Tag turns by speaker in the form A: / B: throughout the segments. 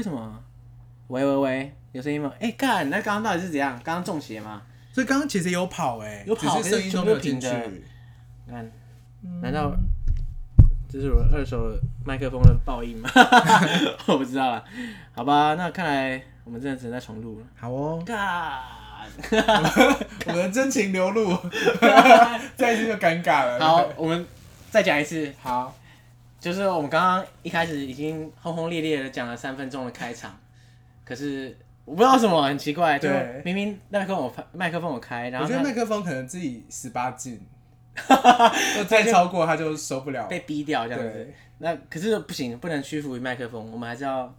A: 什么？喂喂喂，有声音吗？哎、干，那刚刚到底是怎样？刚刚中邪吗？
B: 所以刚刚其实有跑哎、
A: 有跑
B: 只是声音都没有进去
A: 可是。全部难
B: 嗯
A: 难道这是我二手麦克风的报应 吗？ 我不知道了，好吧，那看来我们真的只能再重录了。
B: 好 哦，
A: 干，
B: 我们的真情流露， 再一次就尴尬了。
A: 好，我们再讲一次，
B: 好，
A: 就是我们刚刚一开始已经轰轰烈烈的讲了三分钟的开场，可是我不知道为什么，很奇怪，就
B: 对
A: 明明麦克风我开麦克风我开，然
B: 我
A: 后
B: 觉得
A: 他
B: 麦克风可能自己十八 禁，再超过他就受不了。
A: 被逼掉这样子
B: 对，，
A: 那可是不行，不能屈服于麦克风，我们还是要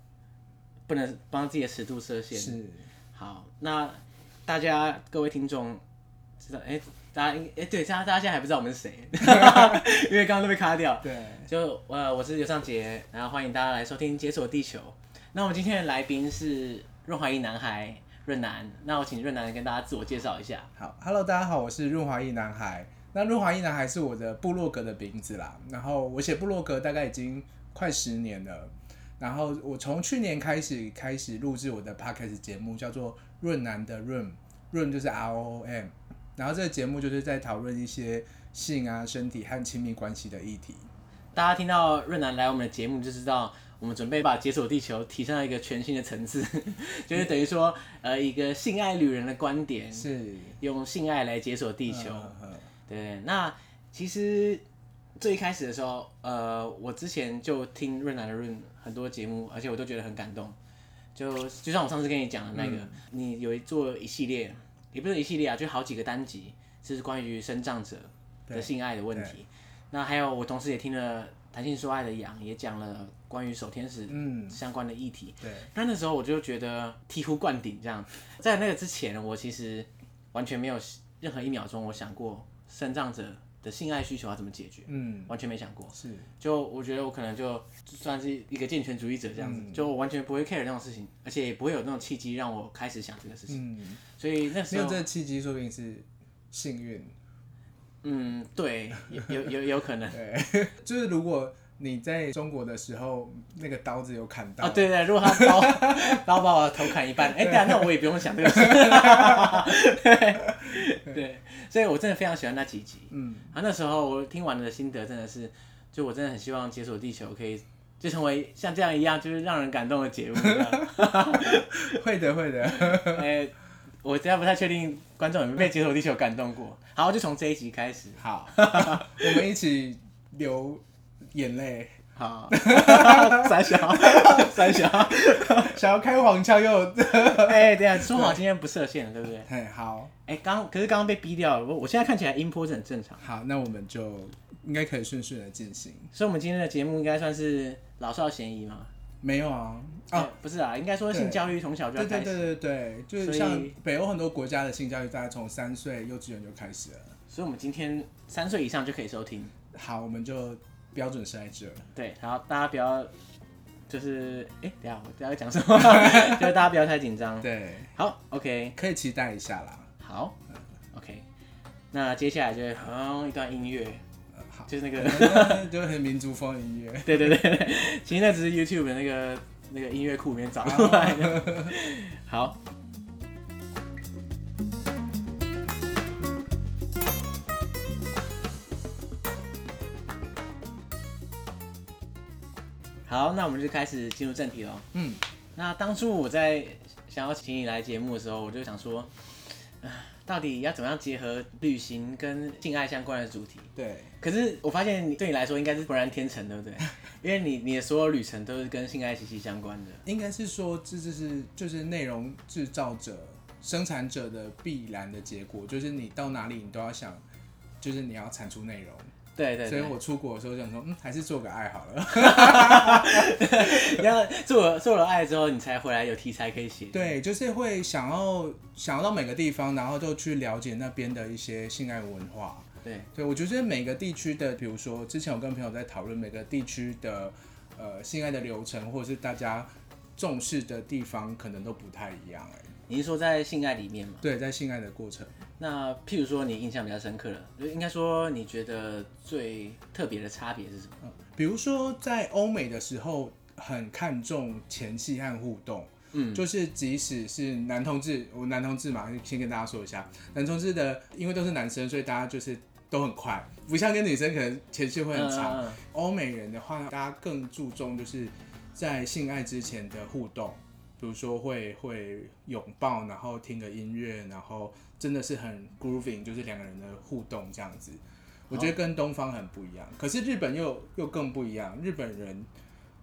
A: 不能帮自己的尺度设限。
B: 是
A: 好，那大家各位听众知道，哎、大家应哎、对，大家大家现在还不知道我们是谁，因为刚刚都被卡掉。
B: 对，
A: 就呃，我是刘尚杰，然后欢迎大家来收听《解锁地球》。那我们今天的来宾是润滑一男孩润南，那我请润南跟大家自我介绍一下。
B: 好，Hello，大家好，我是润滑一男孩。那润滑一男孩是我的部落格的名字啦。然后我写部落格大概已经快十年了。然后我从去年开始开始录制我的 podcast 节目，叫做《润南的润》，润就是 R O O M。然后这个节目就是在讨论一些性啊、身体和亲密关系的议题。
A: 大家听到润南来我们的节目，就知道我们准备把《解锁地球》提升到一个全新的层次， 就是等于说呃一个性爱旅人的观点，
B: 是
A: 用性爱来解锁地球。
B: 嗯嗯嗯
A: 对，那其实最一开始的时候，呃，我之前就听润南的润很多节目，而且我都觉得很感动。就就像我上次跟你讲的那个，你有一做一系列，也不是一系列啊，就好几个单集，是关于生长者的性爱的问题。那还有我同时也听了《谈性说爱的羊》，也讲了关于守天使
B: 嗯
A: 相关的议题。
B: 对，
A: 那那时候我就觉得醍醐灌顶，这样。在那个之前，我其实完全没有任何一秒钟我想过生长者的性爱需求要怎么解决，
B: 嗯，
A: 完全没想过。
B: 是
A: 就我觉得我可能就算是一个健全主义者这样子，
B: 嗯
A: 就我完全不会 care 那种事情，而且也不会有那种契机让我开始想这个事情。
B: 嗯，
A: 所以那
B: 没
A: 时
B: 有
A: 候，
B: 这个契机，说不定是幸运。
A: 嗯，对，有有有有可能
B: 对，就是如果你在中国的时候，那个刀子有砍到，
A: 啊，对对，如果他 刀刀把我头砍一半，哎、对啊，那我也不用想这个事。对 对，所以我真的非常喜欢那几集。
B: 嗯，
A: 啊，那时候我听完的心得真的是，就我真的很希望《解锁地球》可以就成为像这样一样，就是让人感动的节目这 样。
B: 会的会的，
A: 哎、我现在不太确定观众有没有被《解锁地球》感动过。好，就从这一集开始。
B: 好，我们一起流眼泪，
A: 好，三小，三小。
B: 想要开黄腔又，
A: 哎、对啊，说好今天不设限了，对不对？
B: 嘿，好
A: 哎、刚可是刚刚被逼掉了，我我现在看起来音波是很正常，
B: 好，那我们就应该可以顺顺的进行。
A: 所以我们今天的节目应该算是老少咸宜嘛。
B: 没有啊，
A: 啊、
B: 啊，
A: 不是啊，应该说性
B: 对
A: 教育从小就哎要
B: 对
A: 开
B: 对
A: 始。
B: 对对对，就是
A: 所以
B: 像北欧很多国家的性教育，大概从三岁幼稚园就开始了。
A: 所以我们今天三岁以上就可以收听。
B: 好，我们就标准是在这。
A: 对，然后大家不要，就是哎，等一下我等一下要讲什么？ 就是大家不要太紧张。
B: 对，
A: 好，OK，
B: 可以期待一下啦。
A: 好，OK。那接下来就是嗯一段音乐，
B: 呃好，
A: 就是那
B: 可
A: 个，
B: 能就是很民族风音乐。
A: 对对对对，其实那只是 YouTube 的那个那个音乐库里面找出来的。 好，好，那我们就开始进入正题喽。
B: 嗯，
A: 那当初我在想要请你来节目的时候，我就想说，唉到底要怎么样结合旅行跟性爱相关的主题？
B: 对，
A: 可是我发现你对你来说应该是浑然天成，对 不对？因为你你的所有旅程都是跟性爱息息相关的。
B: 应该是说这就是就是内容制造者、生产者的必然的结果，就是你到哪里你都要想，就是你要产出内容。
A: 对对
B: 所以
A: 对，
B: 我出国的时候就想说，嗯，还是做个爱好 了。
A: 然后做了做了爱之后，你才回来有题材可以写。
B: 对，就是会想要想要到每个地方，然后就去了解那边的一些性爱文化。
A: 对，
B: 对，我觉得每个地区的，比如说之前我跟朋友在讨论每个地区的呃性爱的流程，或者是大家重视的地方，可能都不太一样、哎，
A: 你是说在性爱里面嘛？
B: 对，在性爱的过程。
A: 那譬如说你印象比较深刻的，就应该说你觉得最特别的差别是什么？
B: 比如说在欧美的时候，很看重前戏和互动。
A: 嗯，
B: 就是即使是男同志，我男同志嘛，先跟大家说一下，男同志的因为都是男生，所以大家就是都很快，不像跟女生可能前戏会很长。
A: 嗯嗯
B: 欧、美人的话，大家更注重就是在性爱之前的互动，比如说会会拥抱，然后听个音乐，然后真的是很 grooving，就是两个人的互动这样子。我觉得跟东方很不一样，可是日本又又更不一样，日本人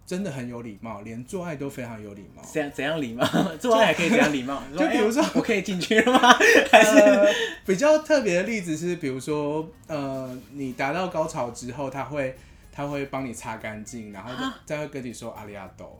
B: 真的很有礼貌，连做爱都非常有礼貌
A: 嗯。怎样怎样礼貌？ 做爱还可以怎样礼貌？
B: 就比如说
A: 哎我可以进去了吗？还是
B: 呃、比较特别的例子是，比如说，呃，你达到高潮之后，他会他会帮你擦干净，然后再会跟你说阿里阿斗。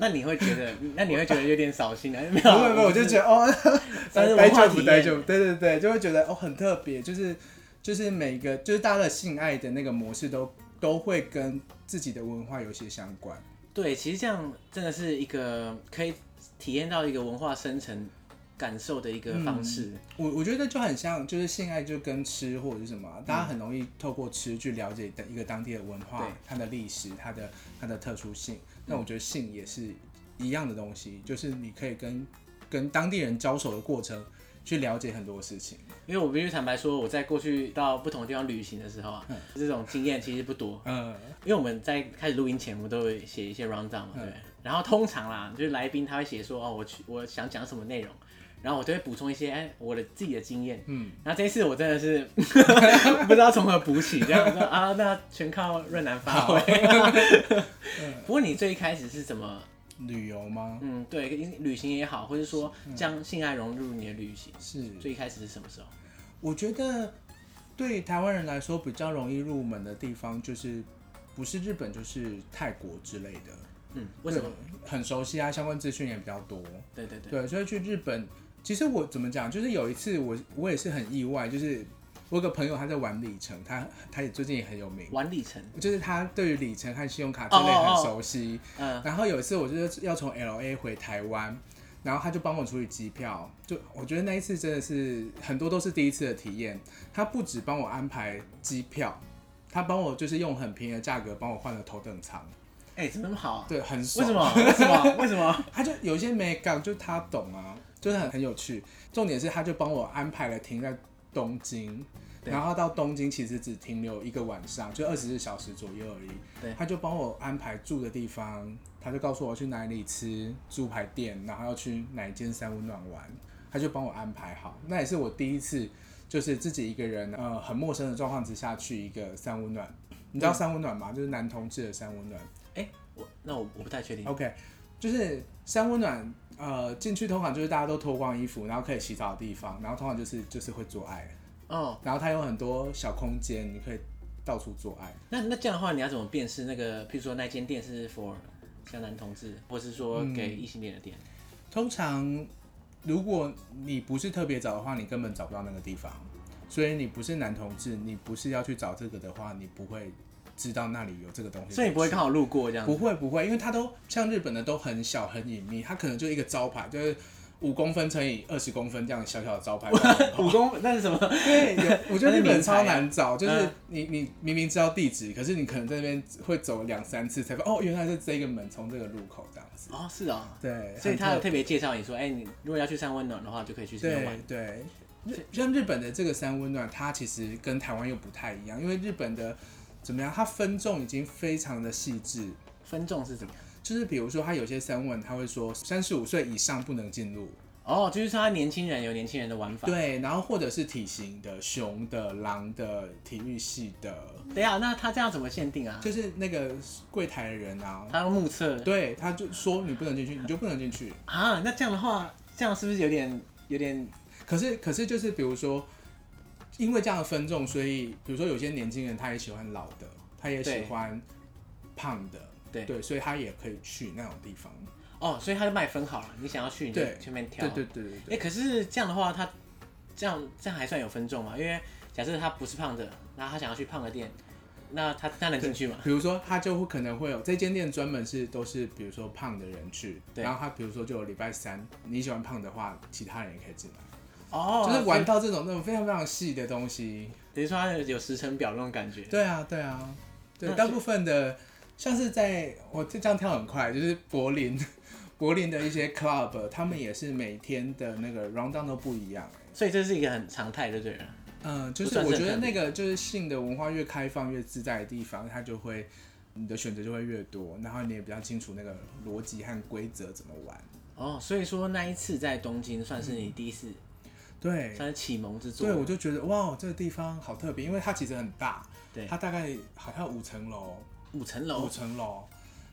A: 那你会觉得，那你会觉得有点扫 兴啊？没
B: 不
A: 有，
B: 会不会，我就觉得哦，
A: 但是
B: 呆
A: 文化
B: 就
A: 体
B: 不
A: 验
B: 呆就，对对对，就会觉得哦很特别，就是就是每个就是大家的性爱的那个模式都都会跟自己的文化有些相关。
A: 对，其实这样真的是一个可以体验到一个文化深层感受的一个方式。
B: 我我觉得就很像，就是性爱就跟吃或者是什
A: 嗯
B: 么啊、大家很容易透过吃去了解的一个当地的文化
A: 对、嗯
B: 它的历史、它的它的特殊性。那我觉得性也是一样的东西，就是你可以跟跟当地人交手的过程去了解很多事情。
A: 因为我必须坦白说，我在过去到不同地方旅行的时候啊，这种经验其实不多。
B: 嗯，
A: 因为我们在开始录音前，我们都会写一些 round down 嘛，对不对。然后通常啦，就是来宾他会写说，哦，我去，我想讲什么内容，然后我都会补充一些，哎，我的自己的经验。
B: 嗯，
A: 然后这一次我真的是 不知道从何补起，这样说啊，那全靠润南发挥。 不过你最一开始是怎么？
B: 旅游吗？
A: 嗯，对，旅行也好，或者说将性爱融入你的旅行，
B: 是，
A: 最一开始是什么时候？
B: 我觉得对台湾人来说比较容易入门的地方，就是不是日本就是泰国之类的。
A: 嗯，为什么？
B: 很熟悉啊？相关资讯也比较多。
A: 对对对，
B: 对，所以去日本，其实我怎么讲，就是有一次我我也是很意外，就是我有个朋友他在玩里程，他他也最近也很有名，
A: 玩里程，
B: 就是他对于里程和信用卡这类
A: 哦哦哦
B: 很熟悉。
A: 嗯，
B: 然后有一次我就是要从 L A 回台湾，然后他就帮我处理机票，就我觉得那一次真的是很多都是第一次的体验。他不止帮我安排机票，他帮我就是用很便宜的价格帮我换了头等舱，
A: 哎，怎么那么好啊？
B: 对，很爽
A: 为什。么？为什么？ 为什么？
B: 他就有一些没港，就他懂啊，就是很很有趣。重点是他就帮我安排了停在东京，
A: 对
B: 然后到东京其实只停留一个晚上，就二十四小时左右而已。
A: 对
B: 他就帮我安排住的地方，他就告诉我去哪里吃猪排店，然后要去哪一间三温暖玩，他就帮我安排好。那也是我第一次，就是自己一个人，呃，很陌生的状况之下去一个三温暖。你知道三温暖吗？就是男同志的三温暖。
A: 哎，我那我我不太确定。
B: OK，就是三温暖，呃，进去通常就是大家都脱光衣服，然后可以洗澡的地方，然后通常就是就是会做爱，
A: 哦，
B: 然后它有很多小空间，你可以到处做爱。
A: 那那这样的话，你要怎么辨识那个？譬如说那间店是 for 像男同志，或是说给异性恋的店？
B: 通常如果你不是特别早的话，你根本找不到那个地方，所以你不是男同志，你不是要去找这个的话，你不会知道那里有这个东西。
A: 所以你不会刚好路过这样
B: 不
A: 子？
B: 会不会，因为它都像日本的都很小很隐秘，它可能就一个招牌，就是五公分乘以二十公分这样小小的 招牌在门口。
A: 武功那是什么？
B: 对，有我觉得日本超难找，就
A: 那是名牌啊
B: 是你你明明知道地址，可是你可能在那边会走两三次才发现，哦，原来是这个门从这个入口这样子。
A: 哦，是哦。
B: 对，
A: 所以
B: 很
A: 他有
B: 特
A: 特别介绍你说，哎、你如果要去三温暖的话，就可以去这边玩
B: 对。对。日像日本的这个三温暖，它其实跟台湾又不太一样，因为日本的怎么样，它分众已经非常的细致，
A: 分众是怎么样？
B: 就是比如说它有些三温，它会说三十五岁以上不能进入，
A: 哦，就是说他年轻人有年轻人的玩法。
B: 对，然后或者是体型的熊的、狼的、体育系的，
A: 对啊，那他这样怎么限定啊？
B: 就是那个柜台的人啊，
A: 他要目测
B: 对，他就说你不能进去，你就不能进去。
A: 啊？那这样的话，这样是不是有点有点？
B: 可是可是就是比如说，因为这样的分众，所以比如说有些年轻人他也喜欢老的，他也喜
A: 对
B: 欢胖的，
A: 对
B: 所以他也可以去那种地方。
A: 哦，所以他就卖分好了，你想要去你就
B: 对
A: 前面挑。
B: 对对对对
A: 哎、可是这样的话，他这样这样还算有分众嘛？因为假设他不是胖的，那他想要去胖的店，那他他能进去吗？
B: 比如说，他就会可能会有这间店专门是都是比如说胖的人去，
A: 对
B: 然后他比如说就有礼拜三，你喜欢胖的话，其他人也可以进来，
A: 哦，
B: 就是玩到这种那种非常非常细的东西。
A: 等于说他有时程表那种感觉。
B: 对啊，对啊，对，
A: 那
B: 大部分的像是在我这这样跳很快，就是柏林， 柏林的一些 club，他们也是每天的那个 round down 都不一样、欸。
A: 所以这是一个很常态的，对了。
B: 嗯，就
A: 不
B: 是
A: 算
B: 我
A: 是
B: 觉得
A: 很
B: 那个就是性的文化越开放越自在的地方，它就会你的选择就会越多，然后你也比较清楚那个逻辑和规则怎么玩。
A: 哦，所以说那一次在东京算是你第一次，
B: 对，
A: 算是启蒙之作
B: 对，。我就觉得哇，这个地方好特别，因为它其实很大，
A: 对
B: 它大概好像五层楼，
A: 五层
B: 五
A: 楼，
B: 层楼，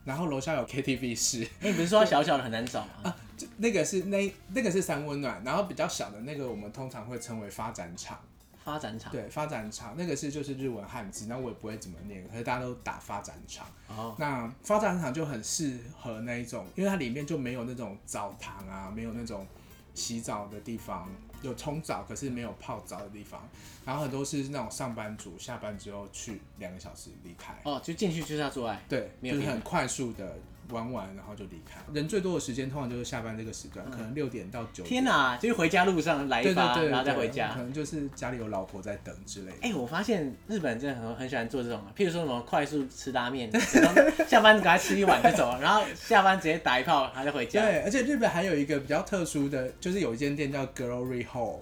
B: 然后楼下有 KTV 室，
A: 哎，你不是说小小的很难找吗？
B: 就那个是那那个是三温暖，然后比较小的那个我们通常会称为发展场，
A: 发展场。
B: 对，发展场那个是就是日文汉字，那我也不会怎么念，可是大家都打发展场。
A: 哦，
B: 那发展场就很适合那一种，因为它里面就没有那种澡堂啊，没有那种洗澡的地方，有冲澡可是没有泡澡的地方，然后很多是那种上班族下班之后去两个小时离开，
A: 哦，就进去就是要做爱。
B: 对，
A: 没有
B: 就是
A: 别
B: 很快速的玩完然后就离开。嗯人最多的时间通常就是下班这个时段，可能六点到九点。
A: 天哪，就是回家路上来一
B: 对对
A: 发，
B: 对，
A: 然后再
B: 对
A: 回家
B: 可。能就是家里有老婆在等之类的。
A: 哎、我发现日本真的很很喜欢做这种，譬如说什么快速吃拉面， 然后下班给他吃一碗就走，然后下班直接打一炮，然后就回家。
B: 对，而且日本还有一个比较特殊的，就是有一间店叫 Glory Hole，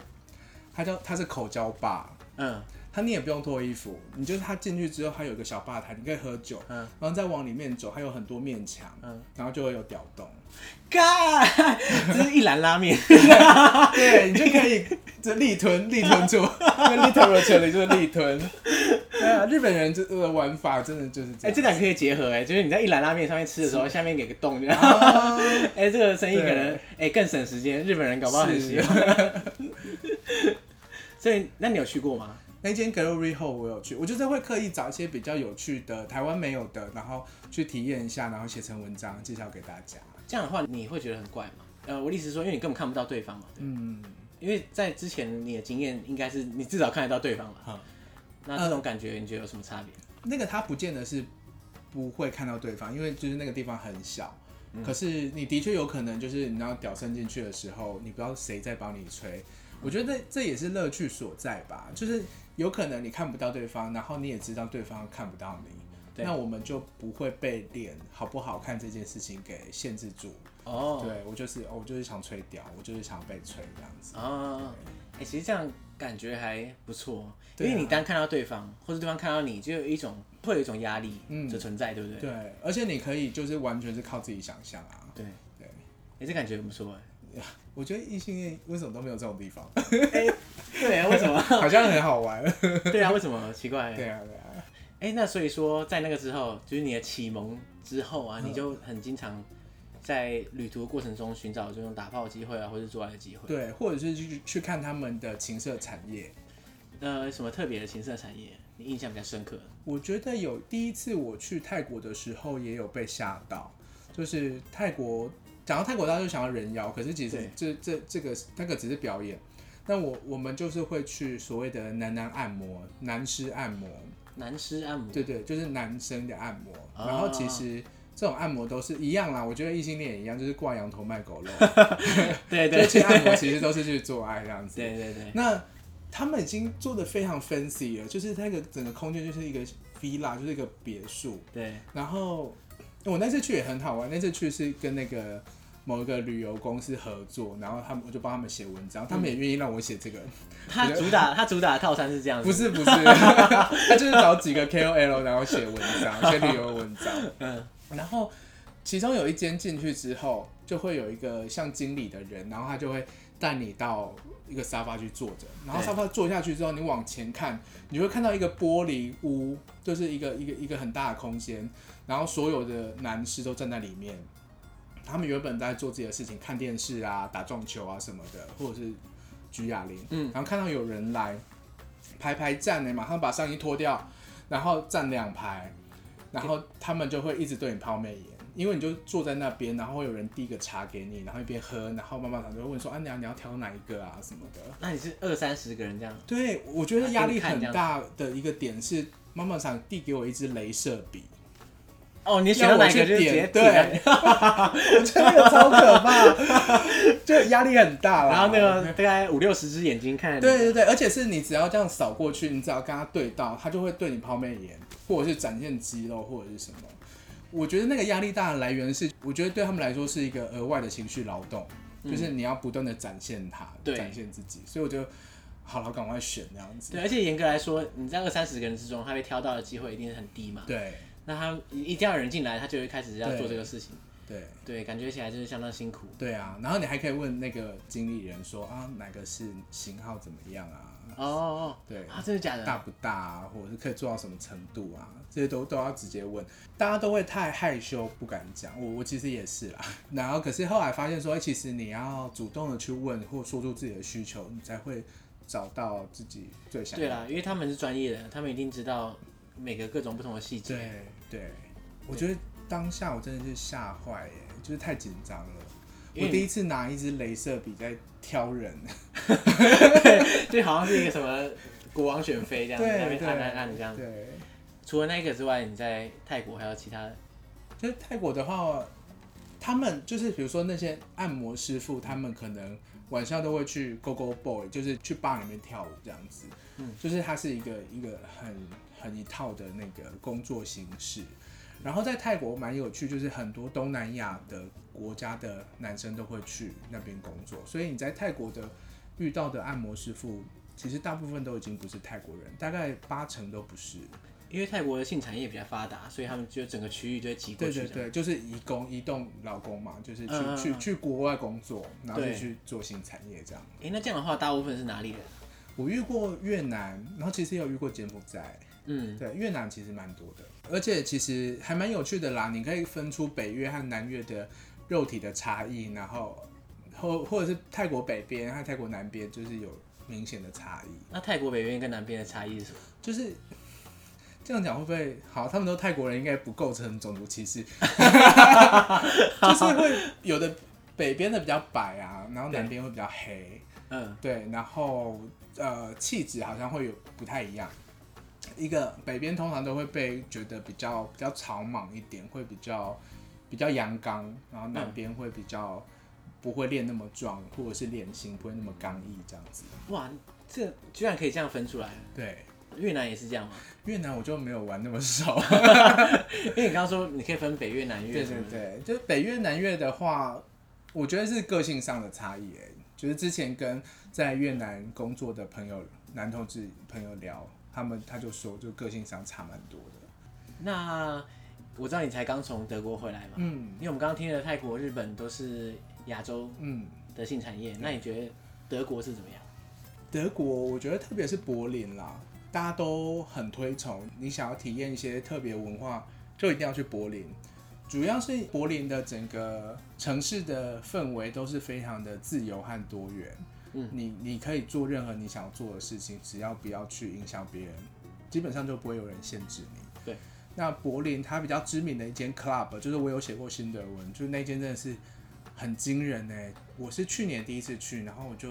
B: 它叫它是口交吧，
A: 嗯，
B: 它你也不用脱衣服，你就是它进去之后，它有一个小吧台，你可以喝酒，
A: 嗯
B: 然后再往里面走，它有很多面墙，
A: 嗯
B: 然后就会有屌 洞，
A: 干，这是一兰拉面。
B: 对你就可以这力吞力吞住，那 literally 就是力 吞，对啊，日本人这个玩法真的就是这
A: 哎、
B: 样，
A: 这两个可以结合哎、就是你在一兰拉面上面吃的时候，下面给个洞，这样。
B: 啊
A: 哎、这个生意可能
B: 对
A: 哎、更省时间，日本人搞不好很
B: 是
A: 喜欢。 所以，那你有去过吗？
B: 那间 Gallery Hall 我有去，我就是会刻意找一些比较有趣的台湾没有的，然后去体验一下，然后写成文章介绍给大家。
A: 这样的话，你会觉得很怪吗？呃，我的意思是说，因为你根本看不到对方嘛，
B: 嗯，
A: 因为在之前你的经验应该是你至少看得到对方嘛。
B: 好，
A: 那这种感觉你觉得有什么差别？
B: 那个他不见得是不会看到对方，因为就是那个地方很小。可是你的确有可能就是你知道屌伸进去的时候，你不知道谁在帮你吹，我觉得这也是乐趣所在吧。就是有可能你看不到对方，然后你也知道对方看不到你，
A: 对
B: 那我们就不会被脸好不好看这件事情给限制住。
A: 哦，
B: 对我就是、呃哦我就是想吹屌，我就是想被吹这样子。
A: 啊，哎、其实这样感觉还不错，哦因
B: 对啊
A: 为你单看到对方，或者对方看到你，就有一种会有一种压力
B: 嗯
A: 的存在，对不对？
B: 对，而且你可以就是完全是靠自己想象啊。
A: 对，
B: 对，
A: 哎、这感觉很不错哎。
B: 我觉得异性恋为什么都没有这种地 方，
A: 对啊，为什么？
B: 好像很好玩。
A: 对啊，为什么？奇怪。
B: 对啊，对啊，
A: 哎、那所以说，在那个之后，就是你的启蒙之后啊，你
B: 嗯
A: 就很经常在旅途的过程中寻找这种打炮的机会啊，或是做爱的机会。
B: 对，或者是去去看他们的情色产业。
A: 呃，什么特别的情色产业，你印象比较深刻？
B: 我觉得有第一次我去泰国的时候也有被吓到，就是泰国讲到泰国，大家就想要人妖，可是其实这这这个那个只是表演。那我我们就是会去所谓的男男按摩、男师按摩，
A: 男师按摩。
B: 对对，就是男生的按摩。
A: 哦
B: 然后其实这种按摩都是一样啦，我觉得异性恋也一样，就是挂羊头卖狗肉，
A: 对
B: 就
A: 对
B: 是去按摩其实都是去做爱这样子。
A: 对对对。
B: 那他们已经做的非常 fancy 了，就是那个整个空间就是一个 villa，就是一个别墅。
A: 对，
B: 然后我那次去也很好玩，那次去是跟那个某一个旅游公司合作，然后他们我就帮他们写文章，他
A: 嗯
B: 们也愿意让我写这个，
A: 他主打他主打的套餐是这样子，
B: 不是不 是，他就是找几个 KOL 然后写文 章，写旅游文章，
A: 嗯，
B: 然后其中有一间进去之后，就会有一个像经理的人，然后他就会带你到一个沙发去坐着，然后
A: 对
B: 沙发坐下去之后，你往前看，你会看到一个玻璃屋，就是一个一个一个很大的空间，然后所有的男士都站在里面。他们原本在做自己的事情，看电视啊、打撞球啊什么的，或者是举哑铃，
A: 嗯，
B: 然后看到有人来排排站呢，马上把上衣脱掉，然后站两排，然后他们就会一直对你抛媚眼，因为你就坐在那边，然后会有人递个茶给你，然后一边喝，然后妈妈长就会问说啊，你要你要挑哪一个啊什么的。
A: 那你是二三十个人这样，
B: 对，我觉得压力很
A: 啊给你看
B: 大的一个点是，妈妈长递给我一支镭射笔，
A: 哦，你选到哪一个
B: 要我
A: 就
B: 去
A: 直接啊
B: 点对，我觉得那个超可怕， 就压力很大啦。
A: 然后那个大概五六十只眼睛看，
B: 对，对对，而且是你只要这样扫过去，你只要跟他对到，他就会对你抛媚眼，或者是展现肌肉，或者是什么。我觉得那个压力大的来源是，我觉得对他们来说是一个额外的情绪劳动，就是你要不断的展现它，
A: 嗯对
B: 展现自己，所以我就好了，赶快选这样子。
A: 对，而且严格来说，你在二三十个人之中，他被挑到的机会一定是很低嘛。
B: 对
A: 那他一定要有人进来，他就会开始要做这个事情。
B: 对
A: 对，感觉起来就是相当辛苦。
B: 对啊，然后你还可以问那个经理人说啊，哪个是型号怎么样啊？
A: 哦哦，
B: 对
A: 啊，真的假
B: 大
A: 的？
B: 不大啊，或者是可以做到什么程度啊，这些都都要直接问。大家都会太害羞不敢讲，我我其实也是啦。 然后可是后来发现说，哎其实你要主动的去问或说出自己的需求，你才会找到自己最想
A: 对
B: 要的。
A: 啦，因为他们是专业的，他们一定知道每个各种不同的细节。
B: 对对，我觉得当下我真的是吓坏耶，就是太紧张了。
A: 因
B: 我
A: 为
B: 第一次拿一支镭射笔在挑人，
A: 就好像是一个什么国王选妃这样子，在那
B: 对
A: 边
B: 对
A: 按按按这样。
B: 对，
A: 除了那个之外，你在泰国还有其他的？
B: 就是泰国的话，他们就是比如说那些按摩师傅，他们可能晚上都会去 Go Go Boy，就是去 bar 里面跳舞这样子。嗯，就是它是一个一个很很一套的那个工作形式。然后在泰国蛮有趣，就是很多东南亚的国家的男生都会去那边工作，所以你在泰国的遇到的按摩师傅，其实大部分都已经不是泰国人，大概八成都不是。
A: 因为泰国的性产业比较发达，所以他们就整个区域就会挤过
B: 对
A: 去
B: 对
A: 这样。
B: 对，就是移工、移动劳工嘛，就是去、
A: 嗯嗯嗯
B: 去去国外工作，然后就
A: 对
B: 去做新产业这样。
A: 哎、那这样的话，大部分是哪里人？
B: 我遇过越南，然后其实也有遇过柬埔寨，
A: 嗯，
B: 对，越南其实蛮多的，而且其实还蛮有趣的啦。你可以分出北越和南越的肉体的差异，然后或或者是泰国北边和泰国南边就是有明显的差异。
A: 那泰国北边跟南边的差异是什么？
B: 就是这样讲会不会好？他们都泰国人，应该不构成种族歧视，就是会有的北边的比较白啊，然后南边会比较黑，
A: 嗯，
B: 对，然后呃气质好像会有不太一样。一个北边通常都会被觉得比较比较草莽一点，会比较比较阳刚，然后南边会比较不会练那么壮，或者是脸型不会那么刚毅这样子。
A: 哇，这居然可以这样分出来。
B: 对，
A: 越南也是这样吗？
B: 越南我就没有玩那么 熟。
A: 因为你刚刚说你可以分北越、南越
B: 对
A: 什
B: 对
A: 么的。
B: 对，就是北越南越的话，我觉得是个性上的差异、欸。就是之前跟在越南工作的朋友，男同志朋友聊，他们他就说，就个性上差蛮多的。
A: 那我知道你才刚从德国回来嘛，
B: 嗯
A: 因为我们刚刚听了泰国、日本都是亚洲
B: 嗯，
A: 的性产业，那你觉得德国是怎么 样？
B: 德国我觉得特别是柏林啦，大家都很推崇。你想要体验一些特别文化，就一定要去柏林。主要是柏林的整个城市的氛围都是非常的自由和多元。
A: 嗯，
B: 你你可以做任何你想做的事情，只要不要去影响别人，基本上就不会有人限制你。
A: 对。
B: 那柏林它比较知名的一间 club，就是我有写过心得文，就是那间真的是很惊人哎、我是去年第一次去，然后我就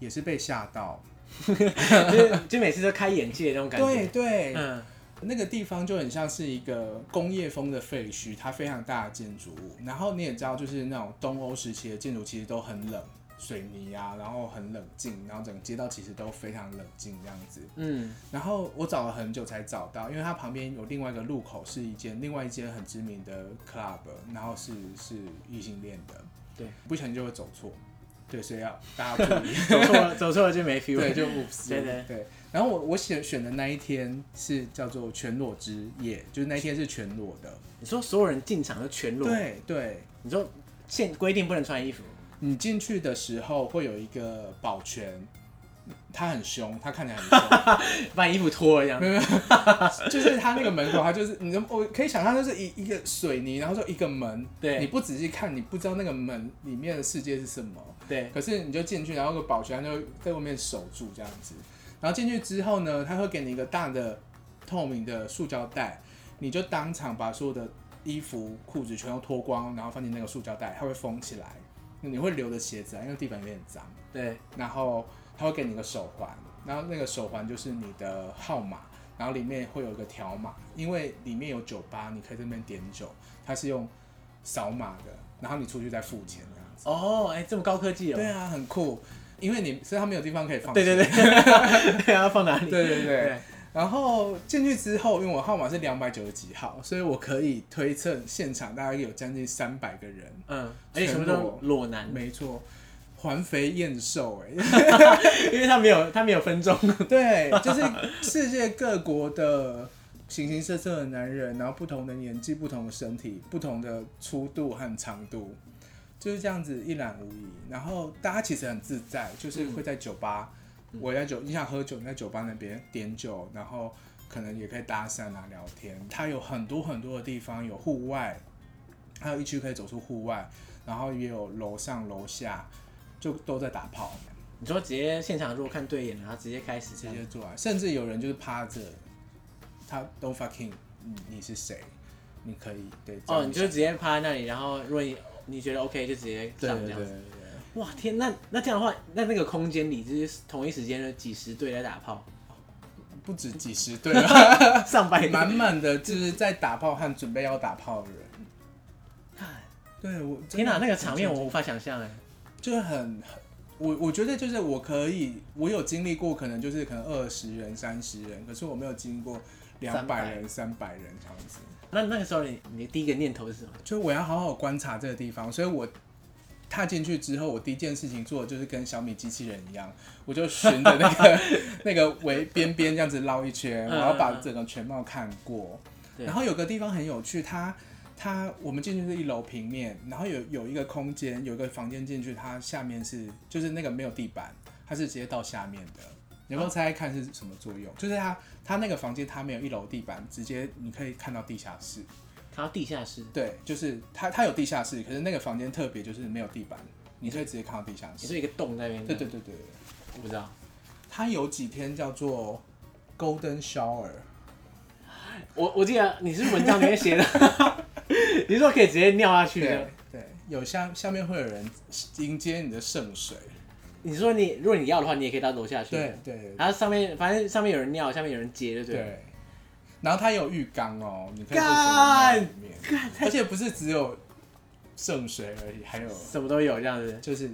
B: 也是被吓到。
A: 就是就每次都开眼界那种感觉。
B: 对对，
A: 嗯，
B: 那个地方就很像是一个工业风的废墟，它非常大的建筑物。然后你也知道，就是那种东欧时期的建筑其实都很冷，水泥啊，然后很冷静，然后整个街道其实都非常冷静这样子。
A: 嗯，
B: 然后我找了很久才找到，因为它旁边有另外一个路口是一间另外一间很知名的 club，然后是是异性恋的，
A: 对，
B: 不小心就会走错，对，所以要大家要注意。
A: 走错了， 走错了就没 feel。
B: 对，就 oops，
A: 对对
B: 对。然后我我选选的那一天是叫做全裸之夜，就是那一天是全裸的。
A: 你说所有人进场都全裸，
B: 对对，
A: 你说现规定不能穿衣服，
B: 你进去的时候会有一个保全，他很凶，他看起来很凶，
A: 把衣服脱了这样子。
B: 就是他那个门口，他就是你能我可以想象，就是一一个水泥，然后就一个门，
A: 对
B: 你不仔细看，你不知道那个门里面的世界是什么。
A: 对，
B: 可是你就进去，然后那个保全他就在外面守住这样子。然后进去之后呢，他会给你一个大的透明的塑胶袋，你就当场把所有的衣服、裤子全都脱光，然后放进那个塑胶袋，它会封起来。你会留着鞋子啊，因为地板有点脏。
A: 对，
B: 然后他会给你一个手环，然后那个手环就是你的号码，然后里面会有一个条码，因为里面有酒吧，你可以在那边点酒，它是用扫码的，然后你出去再付钱这样子。
A: 哦，哎，这么高科技哦。
B: 对啊，很酷，因为你身上没有地方可以放。
A: 啊对对 啊
B: 对
A: 对，要放哪里？
B: 对对对
A: 对，
B: 然后进去之后，因为我号码是两百九十几号，所以我可以推测现场大概有将近三百个人。
A: 嗯，而且全部都裸男，
B: 没错，环肥燕瘦、欸，
A: 因为他没有他没有分 众，
B: 哎，对，就是世界各国的形形色色的男人，然后不同的年纪、不同的身体、不同的粗度和长度，就是这样子一览无遗。然后大家其实很自在，就是会在酒吧，我在酒，你想喝酒，你在酒吧那边点酒，然后可能也可以搭讪啊、聊天。它有很多很多的地方，有户外，还有一区可以走出户外，然后也有楼上楼下，就都在打炮。
A: 你说直接现场如果看对眼了，然后直接开始这
B: 直
A: 样，
B: 接做啊，甚至有人就是趴着，他都 fucking 你你是谁，你可以对这样
A: 哦，你就直接趴在那里，然后如果你你觉得 OK 就直接
B: 对
A: 上这
B: 对对
A: 样
B: 对
A: 子。
B: 对，
A: 哇天，那那这样的话，那那个空间里就是同一时间的几十队在打炮，
B: 不止几 十对 吧，
A: 上百
B: 满
A: 队。
B: 满的就是在打炮和准备要打炮的人。对我真的
A: 天哪，那个
B: 很
A: 场面
B: 震
A: 我无法想象哎。
B: 就是很，我我觉得就是我可以，我有经历过，可能就是可能二十人、三十人，可是我没有经过两百人、三百人这样子。
A: 那那个时候你你第一个念头是什么？
B: 就我要好好观察这个地方，所以我踏进去之后，我第一件事情做的就是跟小米机器人一样，我就循着那个 那个围边边这样子绕一圈，
A: 嗯
B: 我要把整个全貌看过。
A: 对
B: 然后有个地方很有趣，它它我们进去是一楼平面，然后有有一个空间，有一个房间进去，它下面是就是那个没有地板，它是直接到下面的。你有没有猜猜看是什么作用？就是它它那个房间它没有一楼地板，直接你可以看到地下室。
A: 看到地下室，
B: 对，就是它它有地下室，可是那个房间特别就是没有地板，你可以直接看到地下
A: 也
B: 室。
A: 是一个洞在那边。
B: 对对，对对，对
A: 我不知道。
B: 它有几天叫做 Golden Shower，
A: 我我记得你是文章里面 写的， 你说可以直接尿下去
B: 对
A: 的。
B: 对，有下下面会有人迎接你的圣水，
A: 你说你如果你要的话，你也可以到楼下去。
B: 对。对
A: 然后上面反正上面有人尿，下面有人接，对不对？
B: 对。然后它有浴缸哦，你可以
A: 干
B: 在里面，而且不是只有圣水而已，还有
A: 什么都有这样子。
B: 就是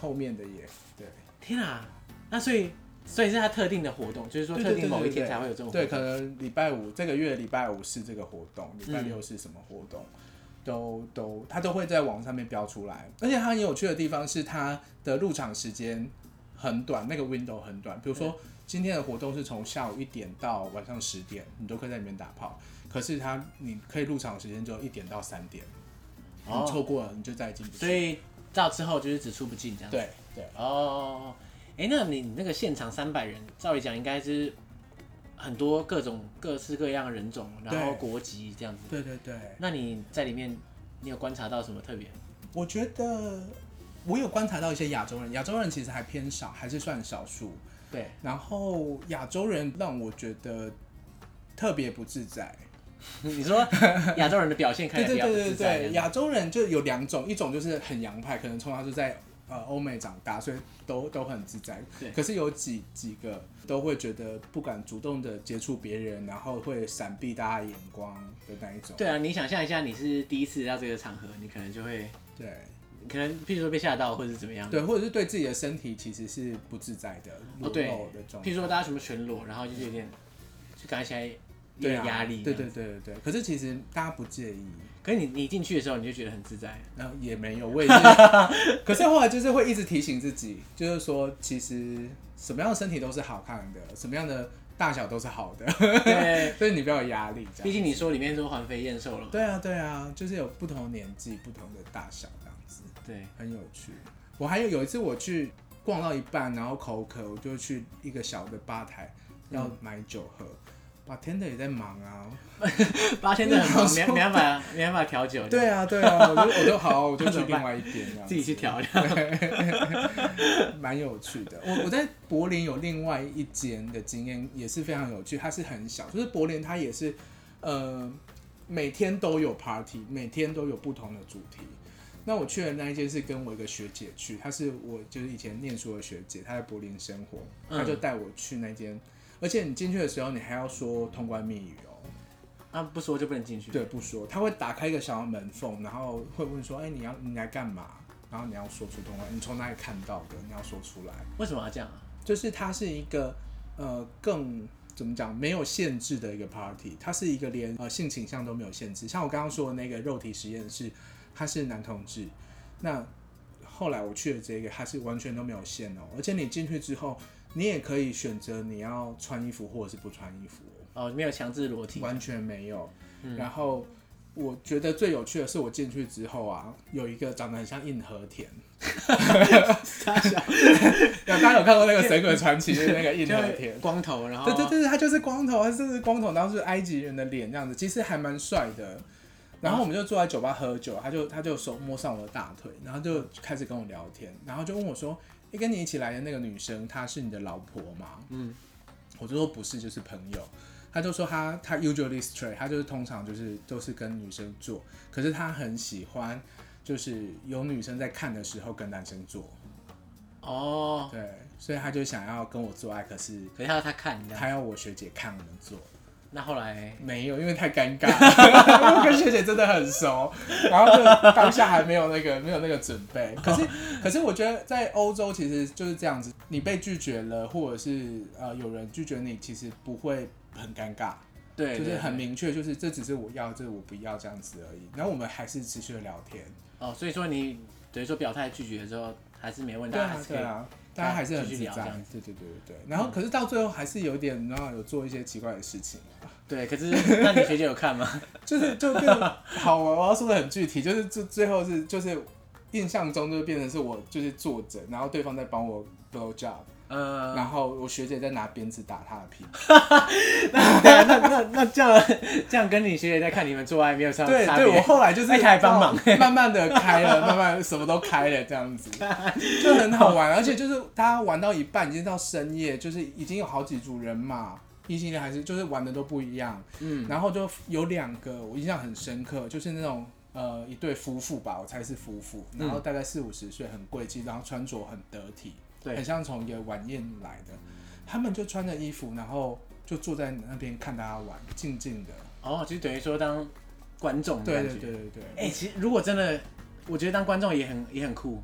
B: 后面的也对。
A: 天啊，那所以所以是他特定的活动，就是说特定某一天才会有这种活动。
B: 对，可能礼拜五这个月礼拜五是这个活动，礼拜六是什么活动，都都他都会在网上面标出来。而且它很有趣的地方是它的入场时间很短，那个 window 很短。比如说今天的活动是从下午一点到晚上十点，你都可以在里面打炮。可是它你可以入场时间就一点到三点，
A: 哦
B: 你错过了你就再也进不去。
A: 所以到之后就是只出不进这样。。
B: 对对，
A: 哦，哎、那你你那个现场三百人，照理讲应该是很多各种各式各样的人种，然后
B: 对
A: 国籍这样子。
B: 对对对。
A: 那你在里面，你有观察到什么特别？
B: 我觉得我有观察到一些亚洲人，亚洲人其实还偏少，还是算少数。
A: 对，
B: 然后亚洲人让我觉得特别不自在。
A: 你说亚洲人的表现看
B: 对
A: 起来比较
B: 对对
A: 不
B: 对
A: 自在
B: 对，
A: 这样
B: 亚洲人就有两种，一种就是很洋派，可能从小就在呃欧美长大，所以都都很自在。
A: 对
B: 可是有几几个都会觉得不敢主动的接触别人，然后会闪避大家眼光的那一种。
A: 对啊，你想象一下，你是第一次到这个场合，你可能就会，
B: 对
A: 可能譬如说被吓到，或者是怎么样。
B: 对，或者是对自己的身体其实是不自在的，
A: 哦
B: 裸
A: 对
B: 露的状态
A: 譬。如说大家全部全裸，然后就是有点，就感觉起来有
B: 对
A: 点
B: 啊
A: 压力。
B: 对对。对对对，可是其实大家不介意，
A: 可是你你进去的时候，你就觉得很自在。
B: 然后也没有，我也是。可是后来就是会一直提醒自己，就是说，其实什么样的身体都是好看的，什么样的大小都是好的，
A: 对，
B: 所以你不要有压力。这
A: 毕
B: 样，
A: 竟你说里面都环肥燕瘦了嘛。
B: 对啊对啊，就是有不同年纪、不同的大小这样子，
A: 对。
B: 很有趣。我还有有一次我去逛到一半，然后口渴，我就去一个小的吧台要买酒喝，把 tender 也在忙啊，
A: 八千真的很忙， 没没办法，没办法调酒，
B: 对啊，对啊，我就我就好，我就
A: 怎
B: 去
A: 么办
B: 另外一边这样
A: 自
B: 子，
A: 己去调。
B: 蛮有趣的。我我在柏林有另外一间的经验，也是非常有趣。它是很小，就是柏林它也是，呃，每天都有 party，每天都有不同的主题。那我去的那一间是跟我一个学姐去，她是我就是以前念书的学姐，她在柏林生活，她
A: 嗯
B: 就带我去那间。而且你进去的时候，你还要说通关密语哦。
A: 啊，不说就不能进去。
B: 对，不说，他会打开一个小门缝，然后会问说：“哎、你要你来干嘛？”然后你要说出通话，你从哪里看到的，你要说出来。
A: 为什么要这样啊？
B: 就是它是一个呃更怎么讲没有限制的一个 party，它是一个连呃性倾向都没有限制。像我刚刚说的那个肉体实验室，它是男同志，那后来我去的这个，它是完全都没有限哦，而且你进去之后，你也可以选择你要穿衣服或者是不穿衣服哦。
A: 哦，没有强制裸体，
B: 完全没有。然后我觉得最有趣的是，我进去之后啊，有一个长得很像硬和田，大 家有看过那个《神鬼传奇》的那个硬
A: 就
B: 和
A: 是
B: 田？
A: 光头，然后
B: 对对对，他就是光头，他就是光头，然后是埃及人的脸这样子，其实还蛮帅的。然后我们就坐在酒吧喝酒，他就他就手摸上我的大腿，然后就开始跟我聊天，然后就问我说：“诶、跟你一起来的那个女生，她是你的老婆吗？”嗯，我就说不是，就是朋友。他就说他他 usually straight，他就是通常就是都是跟女生做，可是他很喜欢就是有女生在看的时候跟男生做，
A: 哦，
B: 对，所以他就想要跟我做爱，可是
A: 可是他他看你这样，
B: 他要我学姐看我们做。
A: 那后来
B: 没有，因为太尴尬了， 因为我跟学姐真的很熟，然后就当下还没有那个没有那个准 备。可是可是我觉得在欧洲其实就是这样子，你被拒绝了，或者是呃有人拒绝你，其实不会很尴尬，
A: 对，
B: 就是
A: 对
B: 很
A: 对
B: 明确，就是这只是我要，这是我不要这样子而已。然后我们还是持续的聊天，
A: 哦，所以说你等于说表态拒绝之后还是没问题，
B: 对
A: 还
B: 啊
A: 是可
B: 对
A: 以
B: 啊。大家还是很
A: 继
B: 自
A: 续聊
B: 在
A: 这样，嗯
B: 对对对对对。然后，可是到最后还是有点，然后有做一些奇怪的事情。
A: 对，可是那你学姐有看吗？
B: 就是就变得好，我我要说的很具体，就是最最后是就是印象中就变成是我就是坐着，然后对方在帮我 blow job，、
A: 呃，
B: 然后我学姐在拿鞭子打他的屁股，
A: 嗯呃那那那那这样这样跟你学姐在看你们做爱没有差
B: 对
A: 差
B: 对，我
A: 别？
B: 后来就是
A: 哎他还帮忙
B: 知道慢慢的开了，慢慢地什么都开了这样 子，就很好玩，而且就是大家玩到一半已经到深夜，就是已经有好几组人嘛。异性恋还是就是玩的都不一样，嗯，然后就有两个我印象很深刻，就是那种呃一对夫妇吧，我猜是夫妇，然后大概四五十岁，很贵气，然后穿着很得体，
A: 对
B: 很像从一个晚宴来的，他们就穿着衣服，然后就坐在那边看大家玩，静静的，
A: 哦，就等于说当观众的
B: 对
A: 感
B: 对
A: 觉。
B: 对对对，
A: 哎、其实如果真的，我觉得当观众也很也很酷。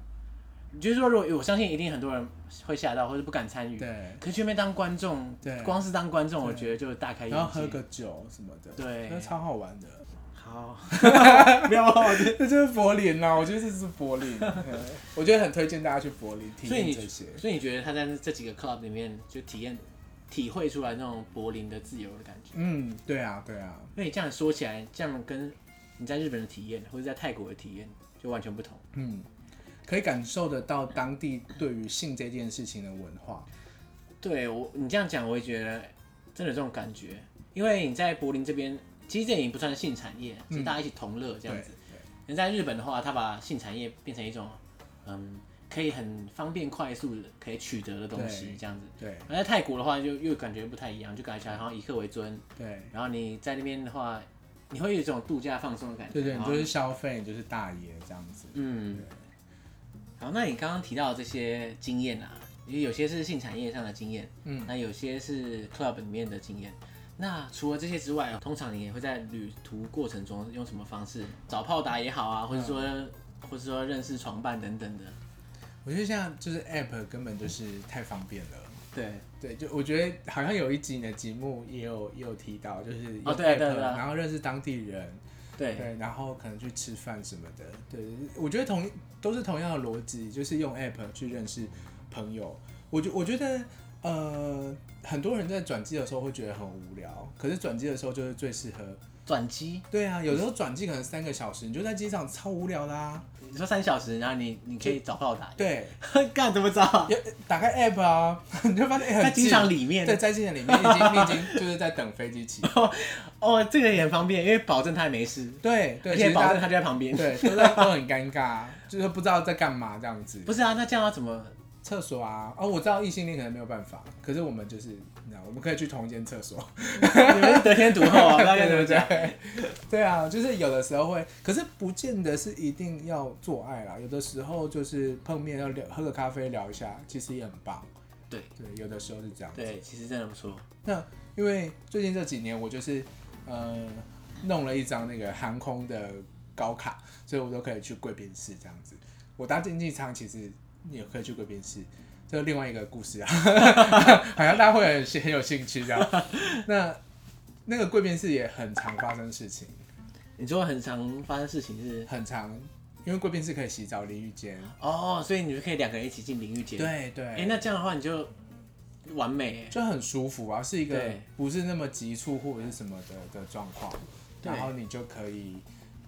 A: 就是说，如果我相信一定很多人会吓到或者不敢参与，
B: 对，
A: 可去那边当观众，
B: 对
A: 光是当观众，我
B: 对
A: 觉得就大开眼界。
B: 然后喝个酒什么的，
A: 对
B: 那超好玩的。
A: 好，
B: 没有，这就是柏林啦、我觉得这是柏 林，对我觉得很推荐大家去柏林体
A: 所以
B: 验
A: 你
B: 这些。
A: 所以你觉得他在这几个 club 里面就体验体会出来那种柏林的自由的感觉？
B: 嗯，对啊，对啊，
A: 因为你这样说起来，这样跟你在日本的体验或者在泰国的体验就完全不同。
B: 嗯，可以感受得到当地对于性这件事情的文化。
A: 对我，你这样讲，我也觉得真的有这种感觉，因为你在柏林这边，其实这已经不算是性产业，是大家一起同乐这样子。人在日本的话，他把性产业变成一种，嗯，可以很方便、快速的可以取得的东西
B: 对
A: 这样子。
B: 对
A: 而在泰国的话，就又感觉不太一样，就感觉好像以客为尊。
B: 对
A: 然后你在那边的话，你会有一种度假放松的感觉。
B: 对对，
A: 然
B: 你
A: 后
B: 就是消费，你就是大爷这样子。
A: 嗯，好，那你刚刚提到的这些经验啊，因为有些是性产业上的经验，嗯，那有些是 club 里面的经验。那除了这些之外，通常你也会在旅途过程中用什么方式找炮打也好啊，或者说，
B: 嗯
A: 或者说认识床伴等等的。
B: 我觉得现在就是 App 根本就是太方便了。
A: 对，
B: 对，就我觉得好像有一集你的节目也有也有提到，就是用
A: 哦对啊对啊
B: app，
A: 对啊
B: 然后认识当地人，
A: 对，
B: 对，然后可能去吃饭什么的，对，我觉得同都是同样的逻辑，就是用 app 去认识朋友。我觉我觉得呃，很多人在转机的时候会觉得很无聊，可是转机的时候就是最适合。
A: 转机，
B: 对啊，有时候转机可能三个小时，你就在机场超无聊啦、
A: 你说三小时，然后你你可以找炮打，
B: 对，
A: 干怎么找？
B: 有打开 app 啊，你就发现、哎，很
A: 在机
B: 近
A: 场里面
B: 对，在机场里面已经你已经就是在等 飞机起飞。
A: 哦，这个也很方便，因为保证他没事，
B: 对对，
A: 而
B: 其
A: 且
B: 实
A: 保
B: 大
A: 证
B: 家
A: 他就在旁边。
B: 对都在都很尴尬，就是不知道在干嘛这样子。
A: 不是啊，那这样要怎么？
B: 厕所啊，哦，我知道异性恋可能没有办法，可是我们就是，你知道，我们可以去同一间厕所。
A: 你们是得天独厚 啊，不知道该怎么讲。
B: 对啊，就是有的时候会，可是不见得是一定要做爱啦，有的时候就是碰面要聊，喝个咖啡聊一下，其实也很棒。
A: 对
B: 对，有的时候是这样。
A: 对，其实真的不错。
B: 那因为最近这几年我就是呃弄了一张那个航空的高卡，所以我都可以去贵宾室这样子。我搭经济舱其实也可以去贵宾室，这是另外一个故事啊， 好像大家会很很有兴趣这样。那那个贵宾室也很常发生事情，
A: 你说很常发生事情是
B: 很常，因为贵宾室可以洗澡、淋浴间。
A: 哦，所以你们可以两个人一起进淋浴间。，
B: 对对，
A: 哎、那这样的话你就完美欸。
B: 就很舒服啊，是一个
A: 对
B: 不是那么急促或者是什么的的状况，
A: 对
B: 然后你就可以，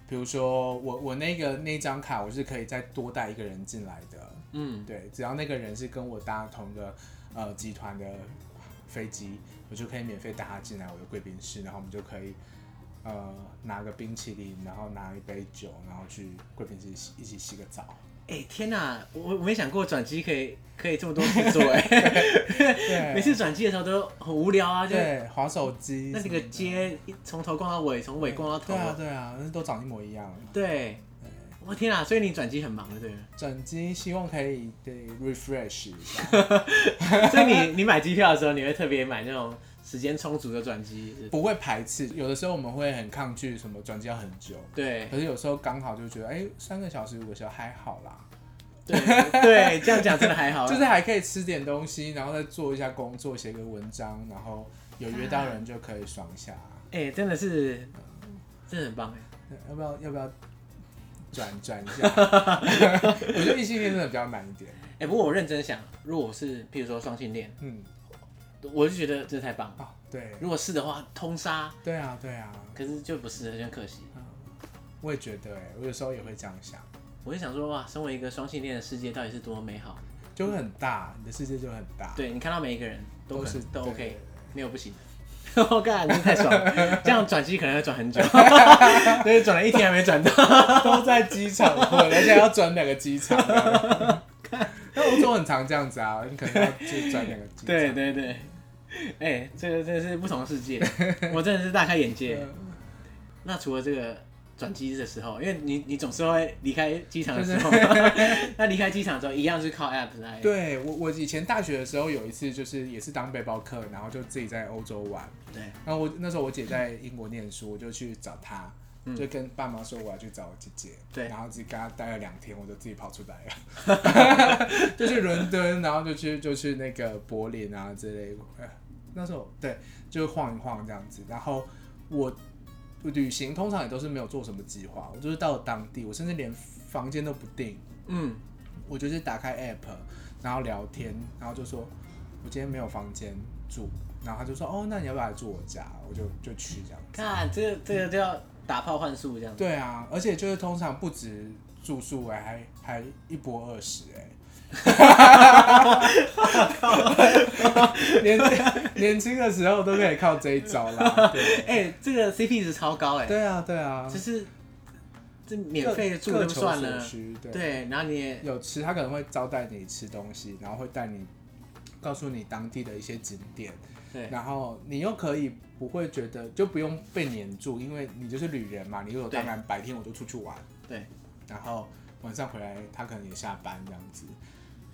B: 比如说我我那个那张卡我是可以再多带一个人进来的，
A: 嗯，
B: 对，只要那个人是跟我搭同个呃集团的飞机，我就可以免费带他进来我的贵宾室，然后我们就可以呃拿个冰淇淋，然后拿一杯酒，然后去贵宾室洗一起洗个 澡，
A: 哎、天哪、我我没想过转机可以可以这么多次做哎、 每
B: 对
A: 次转机的时候都很无聊啊，就
B: 对，划手机
A: 那
B: 什
A: 这
B: 么
A: 个
B: 的
A: 街一从头逛到尾，从尾逛到头
B: 对。啊对啊，那都长一模一样。
A: 对，我天啊！所以你转机很忙的，对了
B: 转机希望可以对 refresh 一下，
A: 所以你你买机票的时候，你会特别买那种时间充足的转机。是
B: 不会排斥。有的时候我们会很抗拒什么转机要很久，
A: 对
B: 可是有时候刚好就觉得，哎、三个小时、五个小时还好啦，
A: 对对，这样讲真的还好。
B: 就是还可以吃点东西，然后再做一下工作，写个文章，然后有约到人就可以爽一下。
A: 哎、真的是，真的很棒哎。
B: 要不要要不要转转一下？ 我觉得异性恋真的比较难一点。
A: 哎、不过我认真想，如果我是譬如说双性恋，
B: 嗯，
A: 我就觉得这太棒了。
B: 哦，对，
A: 如果是的话，通杀，
B: 对啊，对啊，
A: 可是就不是，很可惜。
B: 我也觉得、哎，我有时候也会这样想，
A: 我就想说，哇，身为一个双性恋的世界，到底是多么美好？
B: 就会很大，你的世界就很大。
A: 对你看到每一个人都可
B: 是
A: 能都
B: 对
A: OK，没有不行的。 我干，真太 爽了！这样转机可能要转 很久，所以转了一天还没转到。
B: 都在机场混，而且要转两个机场。那欧洲很常这样子啊，你可能要就转两个机场。
A: 对对对，哎、这个真的是不同的世界，我真的是大开眼界。那除了这个转机的时候，因为你你总是会离开机场的时候， 那离开机场之后一样是靠 App 来。
B: 对我我以前大学的时候有一次就是也是当背包客，然后就自己在欧洲玩。
A: 对，
B: 然后我那时候我姐在英国念书，我就去找她。就跟爸妈说我要去找我姐姐，
A: 对
B: 然后自己跟她待了两天，我就自己跑出来了， 就去伦敦，然后就去就去那个柏林啊之类的，呃那时候对，就晃一晃这样子。然后我旅行通常也都是没有做什么计划，我就是到了当地，我甚至连房间都不定，
A: 嗯，
B: 我就是打开 app，然后聊天，然后就说我今天没有房间住，然后他就说哦，那你要不要来住我家？我就就去这样。
A: 看这个这个叫打炮换术这样。
B: 对啊，而且就是通常不止住宿哎、还还一波二十哎。 年年轻的时候都可以靠这一招啦，对
A: 哎、这个 CP 值超高哎、
B: 对啊对啊
A: 就，是这免费的住
B: 各
A: 就
B: 各求
A: 算
B: 所
A: 了，
B: 需对
A: 对，然后你也
B: 有吃，他可能会招待你吃东西，然后会带你告诉你当地的一些景点，
A: 对
B: 然后你又可以不会觉得就不用被黏住，因为你就是旅人嘛，你有
A: 对
B: 当然白天我都出去玩，
A: 对，
B: 然后晚上回来他可能也下班这样子，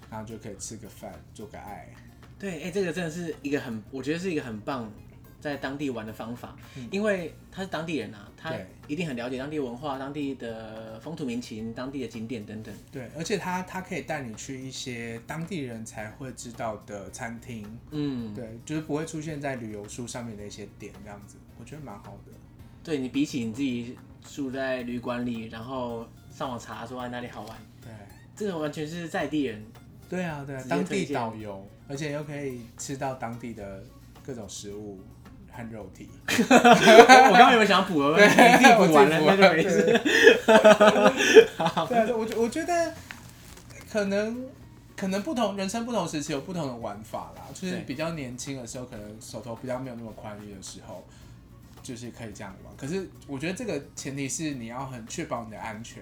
B: 然后就可以吃个饭做个爱，
A: 对，哎、这个真的是一个很，我觉得是一个很棒在当地玩的方法，因为他是当地人啊，他
B: 嗯对
A: 一定很了解当地文化、当地的风土民情、当地的景点等等。
B: 对，而且他他可以带你去一些当地人才会知道的餐厅，
A: 嗯，
B: 对，就是不会出现在旅游书上面的一些点这样子，我觉得蛮好的。
A: 对你比起你自己住在旅馆里，然后上网查说啊哪里好玩，
B: 对，
A: 这个完全是在地人。
B: 对啊，对啊
A: 直，接
B: 当
A: 推
B: 地
A: 荐
B: 导游，而且又可以吃到当地的各种食物和肉体。
A: 我我刚刚有没有想补了，你自己补完 了那就没事。
B: 事。对 啊，我觉我觉得可能可能不同人生不同时期有不同的玩法啦，就是
A: 对
B: 比较年轻的时候，可能手头比较没有那么宽裕的时候。就是可以这样玩，可是我觉得这个前提是你要很确保你的安全。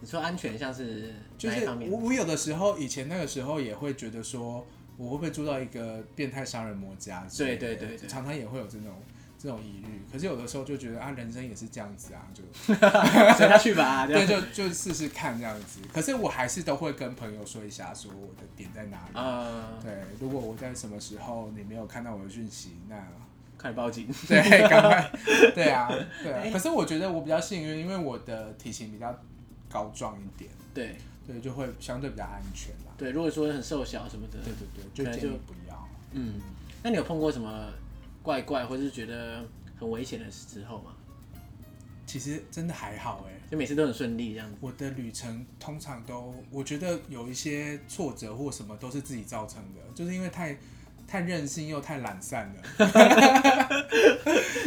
A: 你说安全像是
B: 就
A: 哪一
B: 是
A: 方面？
B: 我我有的时候以前那个时候也会觉得说，我会不会住到一个变态杀人魔家之类的？
A: 对对对对
B: 常常也会有这种这种疑虑。可是有的时候就觉得啊，人生也是这样子啊，就
A: 随他去吧，这
B: 对，
A: 样。
B: 就就试试看这样子。可是我还是都会跟朋友说一下，说我的点在哪里。
A: 呃，
B: 对，如果我在什么时候你没有看到我的讯息，那
A: 快点报警。
B: 对，赶快，对啊，对啊
A: 哎。
B: 可是我觉得我比较幸运，因为我的体型比较高壮一点，
A: 对，
B: 对，就会相对比较安全啦。
A: 对，如果说很瘦小什么的，
B: 对对对，就
A: 可能
B: 建
A: 就
B: 议不要。
A: 嗯，那你有碰过什么怪怪或者是觉得很危险的事之后吗？
B: 其实真的还好哎、
A: 就每次都很顺利这样子。
B: 我的旅程通常都，我觉得有一些挫折或什么都是自己造成的，就是因为太太任性又太懒散了，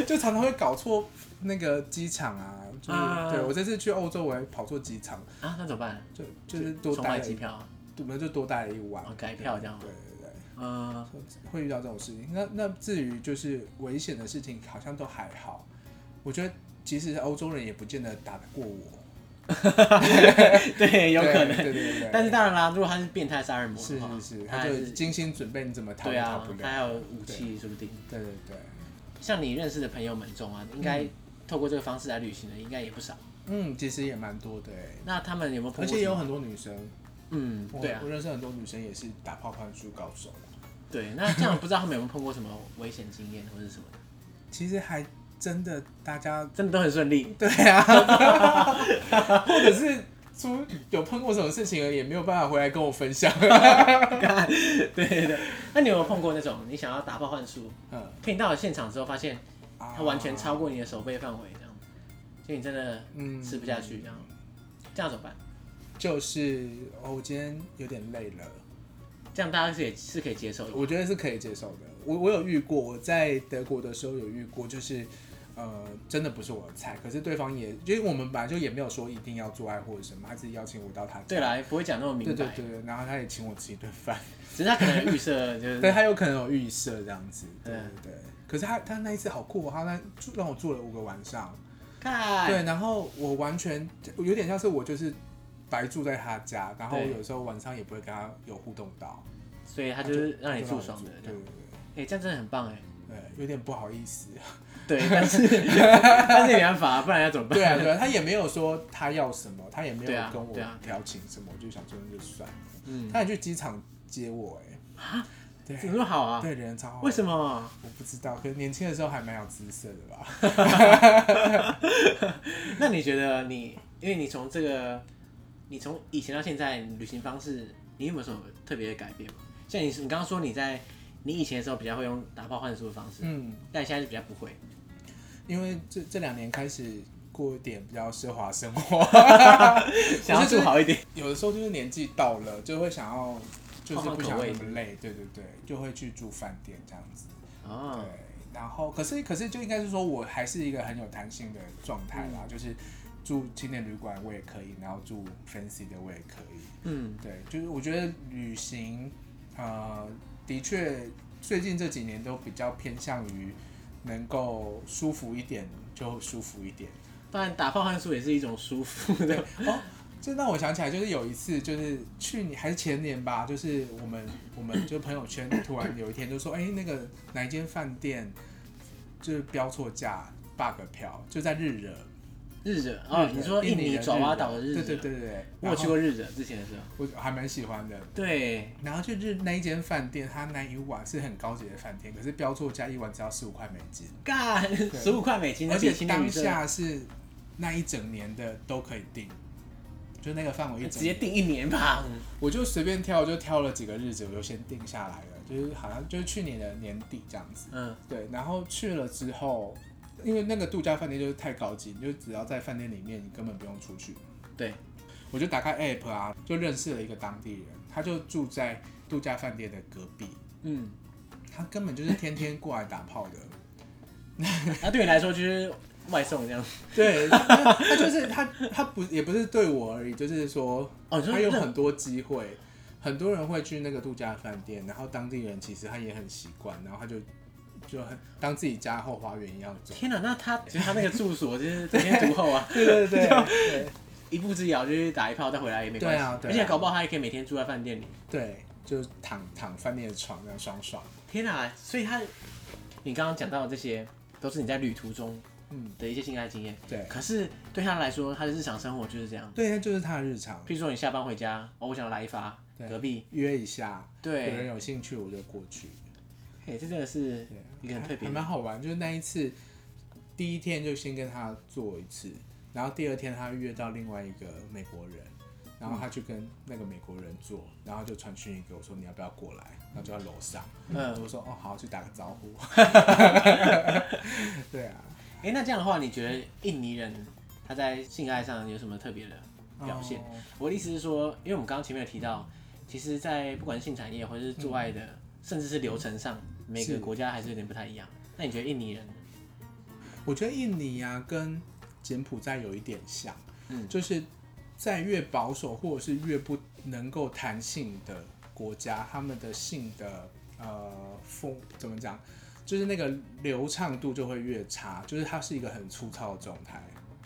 B: 就常常会搞错那个机场啊。就是、
A: 啊
B: 对我这次去欧洲，我还跑错机场，
A: 啊，那怎么办？
B: 就就是多
A: 重
B: 待
A: 买
B: 了
A: 机
B: 一，
A: 票啊，
B: 我们就多待了一晚，
A: 哦改票这样吗
B: 对对对。
A: 嗯，
B: 会遇到这种事情。那那至于就是危险的事情，好像都还好。我觉得其实欧洲人也不见得打得过我，
A: 对，有可能。
B: 对对对对
A: 但是当然啦，如果他是变态杀人魔
B: 是
A: 的话，
B: 是是，
A: 他
B: 他
A: 还
B: 就是精心准备，你怎么逃
A: 对
B: 也逃
A: 啊
B: 不，
A: 他
B: 了。
A: 还有武器，说不定。
B: 对对对，
A: 像你认识的朋友们中啊，应该透过这个方式来旅行的应该也不少。
B: 嗯，其实也蛮多的欸，
A: 那他们有没有碰
B: 而
A: 过
B: 且也
A: 什么？
B: 有很多女生，
A: 嗯，
B: 我
A: 对啊
B: 我，认识很多女生也是打炮宽恕高手。啊
A: 对。那这样不知道他们有没有碰过什么危险经验或者什么的？
B: 其实还真的大 家
A: 真的都很顺利。
B: 对啊，或者是出有碰过什么事情了，也没有办法回来跟我分 享。
A: 对对对。那你有没有碰过那种你想要打爆幻术，
B: 嗯，
A: 可你到了现场之后发现它完全
B: 啊
A: 超过你的手背范围，这样，就你真的
B: 嗯
A: 吃不下去这样，这样怎么办？
B: 就是、哦、我今天有点累了，
A: 这样大家是也是可以接受的。
B: 我觉得是可以接受的。我我有遇过，我在德国的时候有遇过，就是呃，真的不是我的菜，可是对方也，因为我们本来就也没有说一定要做爱或者什么，他只是邀请我到他家。
A: 对啦，不会讲那么明
B: 对
A: 白，
B: 对对，对然后他也请我吃一顿饭，
A: 只是他可能预设就是
B: 对他有可能有预设这样子，对
A: 对
B: 对对。可是他他那一次好酷、哦，他那住让我住了五个晚上，
A: 看，
B: 对，然后我完全有点像是我就是白住在他家，然后
A: 对
B: 有时候晚上也不会跟他有互动到，
A: 所以他就是让你
B: 就
A: 住爽的
B: 我住
A: 这样。
B: 对对对。
A: 哎，这样真的很棒哎。
B: 对，有点不好意思。
A: 对，但是但是也没办法，不然要怎么办？
B: 对啊，对啊，他也没有说他要什么，他也没
A: 对
B: 有
A: 啊
B: 跟我
A: 对啊
B: 调情什么，我就想说那就算了。
A: 嗯，
B: 他还去机场接我、哎，
A: 怎
B: 对，
A: 么那么好啊？
B: 对，人超好。
A: 为什
B: 么？
A: 么？
B: 我不知道，可能年轻的时候还蛮有姿色的吧。
A: 那你觉得你，因为你从这个，你从以前到现在旅行方式，你有没有什么特别的改变吗？像你，你刚刚说你在你以前的时候比较会用打炮换术的方式，
B: 嗯，
A: 但你现在就比较不会。
B: 因为这这两年开始过一点比较奢华生活，
A: 想要住好一 点，
B: 有的时候就是年纪到了，就会想要，就是
A: 换换
B: 不
A: 口
B: 想
A: 味
B: 那么累，对对对，就会去住饭店这样子。
A: 哦，
B: 对，然后可是可是就应该是说我还是一个很有弹性的状态啦，就是住青年旅馆我也可以，然后住 fancy 的我也可以。
A: 嗯，
B: 对，就是我觉得旅行，呃，的确最近这几年都比较偏向于能够舒服一点就舒服一点。
A: 当然打炮换术也是一种舒服的，
B: 哦，这让我想起来，就是有一次，就是去年还是前年吧，就是我们我们就朋友圈突然有一天就说，哎、那个哪一间饭店就是标错价 bug 票，就在日惹。
A: 日惹哦，
B: 日惹
A: 你说印
B: 尼
A: 尼
B: 的
A: 爪哇岛的
B: 日
A: 日
B: 惹
A: 惹，
B: 对对对对，
A: 我有去
B: 然后，
A: 过日惹之前的时候，
B: 我还蛮喜欢的。
A: 对，
B: 然后就日那一间饭店，它那一晚是很高级的饭店，可是标错价一晚只要十五块美金，
A: 干十五块美金，
B: 而且
A: 青年
B: 当
A: 旅社
B: 下是那一整年的都可以订，就那个范围一整
A: 直接
B: 年
A: 订一年吧。
B: 我就随便挑，就挑了几个日子，我就先定下来了，就是好像就是去年的年底这样子。
A: 嗯，
B: 对，然后去了之后，因为那个度假饭店就是太高级，你就只要在饭店里面，你根本不用出去。
A: 对，
B: 我就打开 app 啊，就认识了一个当地人，他就住在度假饭店的隔壁，
A: 嗯，
B: 他根本就是天天过来打炮的。
A: 嗯那对你来说就是外送这样。
B: 对，他他就是他，他不也不是对我而已，就是说
A: 哦，你说
B: 他有
A: 任
B: 很多机会，很多人会去那个度假饭店，然后当地人其实他也很习惯，然后他就就很当自己家后花园一样走。
A: 天哪，那 他其实他那个住所就是得天独厚 啊，
B: 对对对对
A: 一步之遥就是打一炮再回来也没关系。
B: 对啊对啊
A: 而且搞不好他也可以每天住在饭店里。
B: 对，就躺躺饭店的床那样爽爽。
A: 天哪，所以他，你刚刚讲到的这些都是你在旅途中
B: 嗯，
A: 的一些性爱经验。
B: 对
A: 可是对他来说，他的日常生活就是这样。
B: 对，那就是他的日常。
A: 譬如说你下班回家，哦，我想来一发
B: 对
A: 隔壁，
B: 约一下，有
A: 对，
B: 人有兴趣我就过去。
A: 嘿，这真的是
B: 对，啊
A: 一个很特别
B: 还
A: 的
B: 蛮好玩。就是那一次，第一天就先跟他做一次，然后第二天他约到另外一个美国人，然
A: 嗯
B: 后他去跟那个美国人做，然后就传讯息给我说你要不要过来，然后就在楼上，
A: 嗯，
B: 我说哦好，去打个招呼。 对啊，
A: 哎、那这样的话，你觉得印尼人他在性爱上有什么特别的表现？
B: 哦
A: 我的意思是说，因为我们刚刚前面有提到，其实，在不管性产业或者是做爱的，甚至是流程上，每个
B: 嗯是
A: 国家还是有点不太一样。那你觉得印尼人？
B: 我觉得印尼啊跟柬埔寨有一点像，
A: 嗯
B: 就是在越保守或者是越不能够弹性的国家，他们的性的呃风怎么讲，就是那个流畅度就会越差，就是它是一个很粗糙的状态。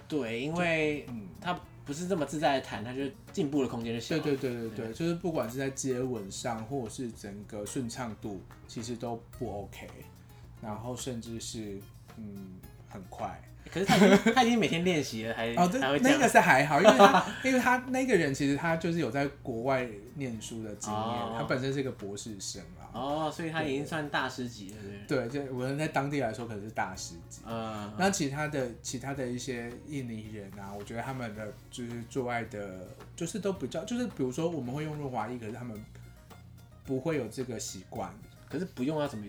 A: 对，因为
B: 嗯，
A: 他不是这么自在的谈，他就进步的空间就小
B: 对
A: 了。
B: 对对对对，就是不管是在接吻上，或者是整个顺畅度，其实都不 OK，然后甚至是嗯很快。
A: 可是他已经他已经每天练习了，还、
B: 哦，对
A: 还会，这
B: 那
A: 样。
B: 个是还好，因 为他因为他那个人其实他就是有在国外念书的经验，
A: 哦
B: 他本身是一个博士生啊。
A: 哦，所以他已经算大师级了，对不对？
B: 对，就我们在当地来说可能是大师级。
A: 嗯，
B: 那其他的其他的一些印尼人啊，我觉得他们的就是做爱的，就是都比较，就是比如说我们会用润滑液，可是他们不会有这个习惯，
A: 可是不用啊要怎么？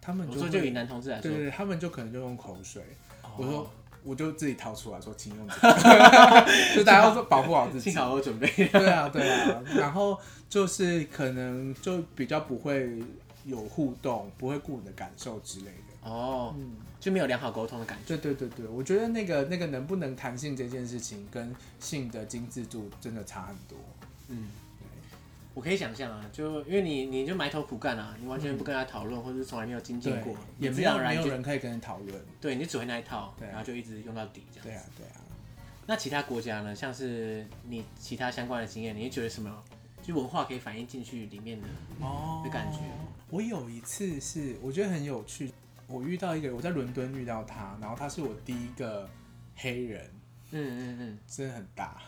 B: 他们
A: 我
B: 就
A: 说
B: 会
A: 就以男同志来
B: 对
A: 说
B: 对，对，他们就可能就用口水。
A: 哦
B: 我说我就自己掏出来说，请用这 个，就大家要说保护好自己。
A: 幸好我有准备。
B: 对啊，对啊，然后就是可能就比较不会有互动，不会顾你的感受之类的。
A: 哦，
B: 嗯
A: 就没有良好沟通的感觉。
B: 对对对对，我觉得那个那个能不能弹性这件事情，跟性的精致度真的差很多。
A: 嗯，我可以想象啊，就因为你你就埋头苦干啊，你完全不跟他讨论，或者是从来没有精进
B: 嗯对
A: 过，，你
B: 也没
A: 自然
B: 有
A: 而
B: 没
A: 然
B: 有
A: 就
B: 人可以跟你讨论。
A: 对，你就只会那一套，
B: 对啊
A: 然后就一直用到底这样。
B: 对啊，对啊。
A: 那其他国家呢？像是你其他相关的经验，你会觉得什么？就文化可以反映进去里面的，
B: 哦
A: 的感觉。
B: 我有一次是我觉得很有趣，我遇到一个我在伦敦遇到他，然后他是我第一个黑人，
A: 嗯嗯嗯，
B: 真的很 大。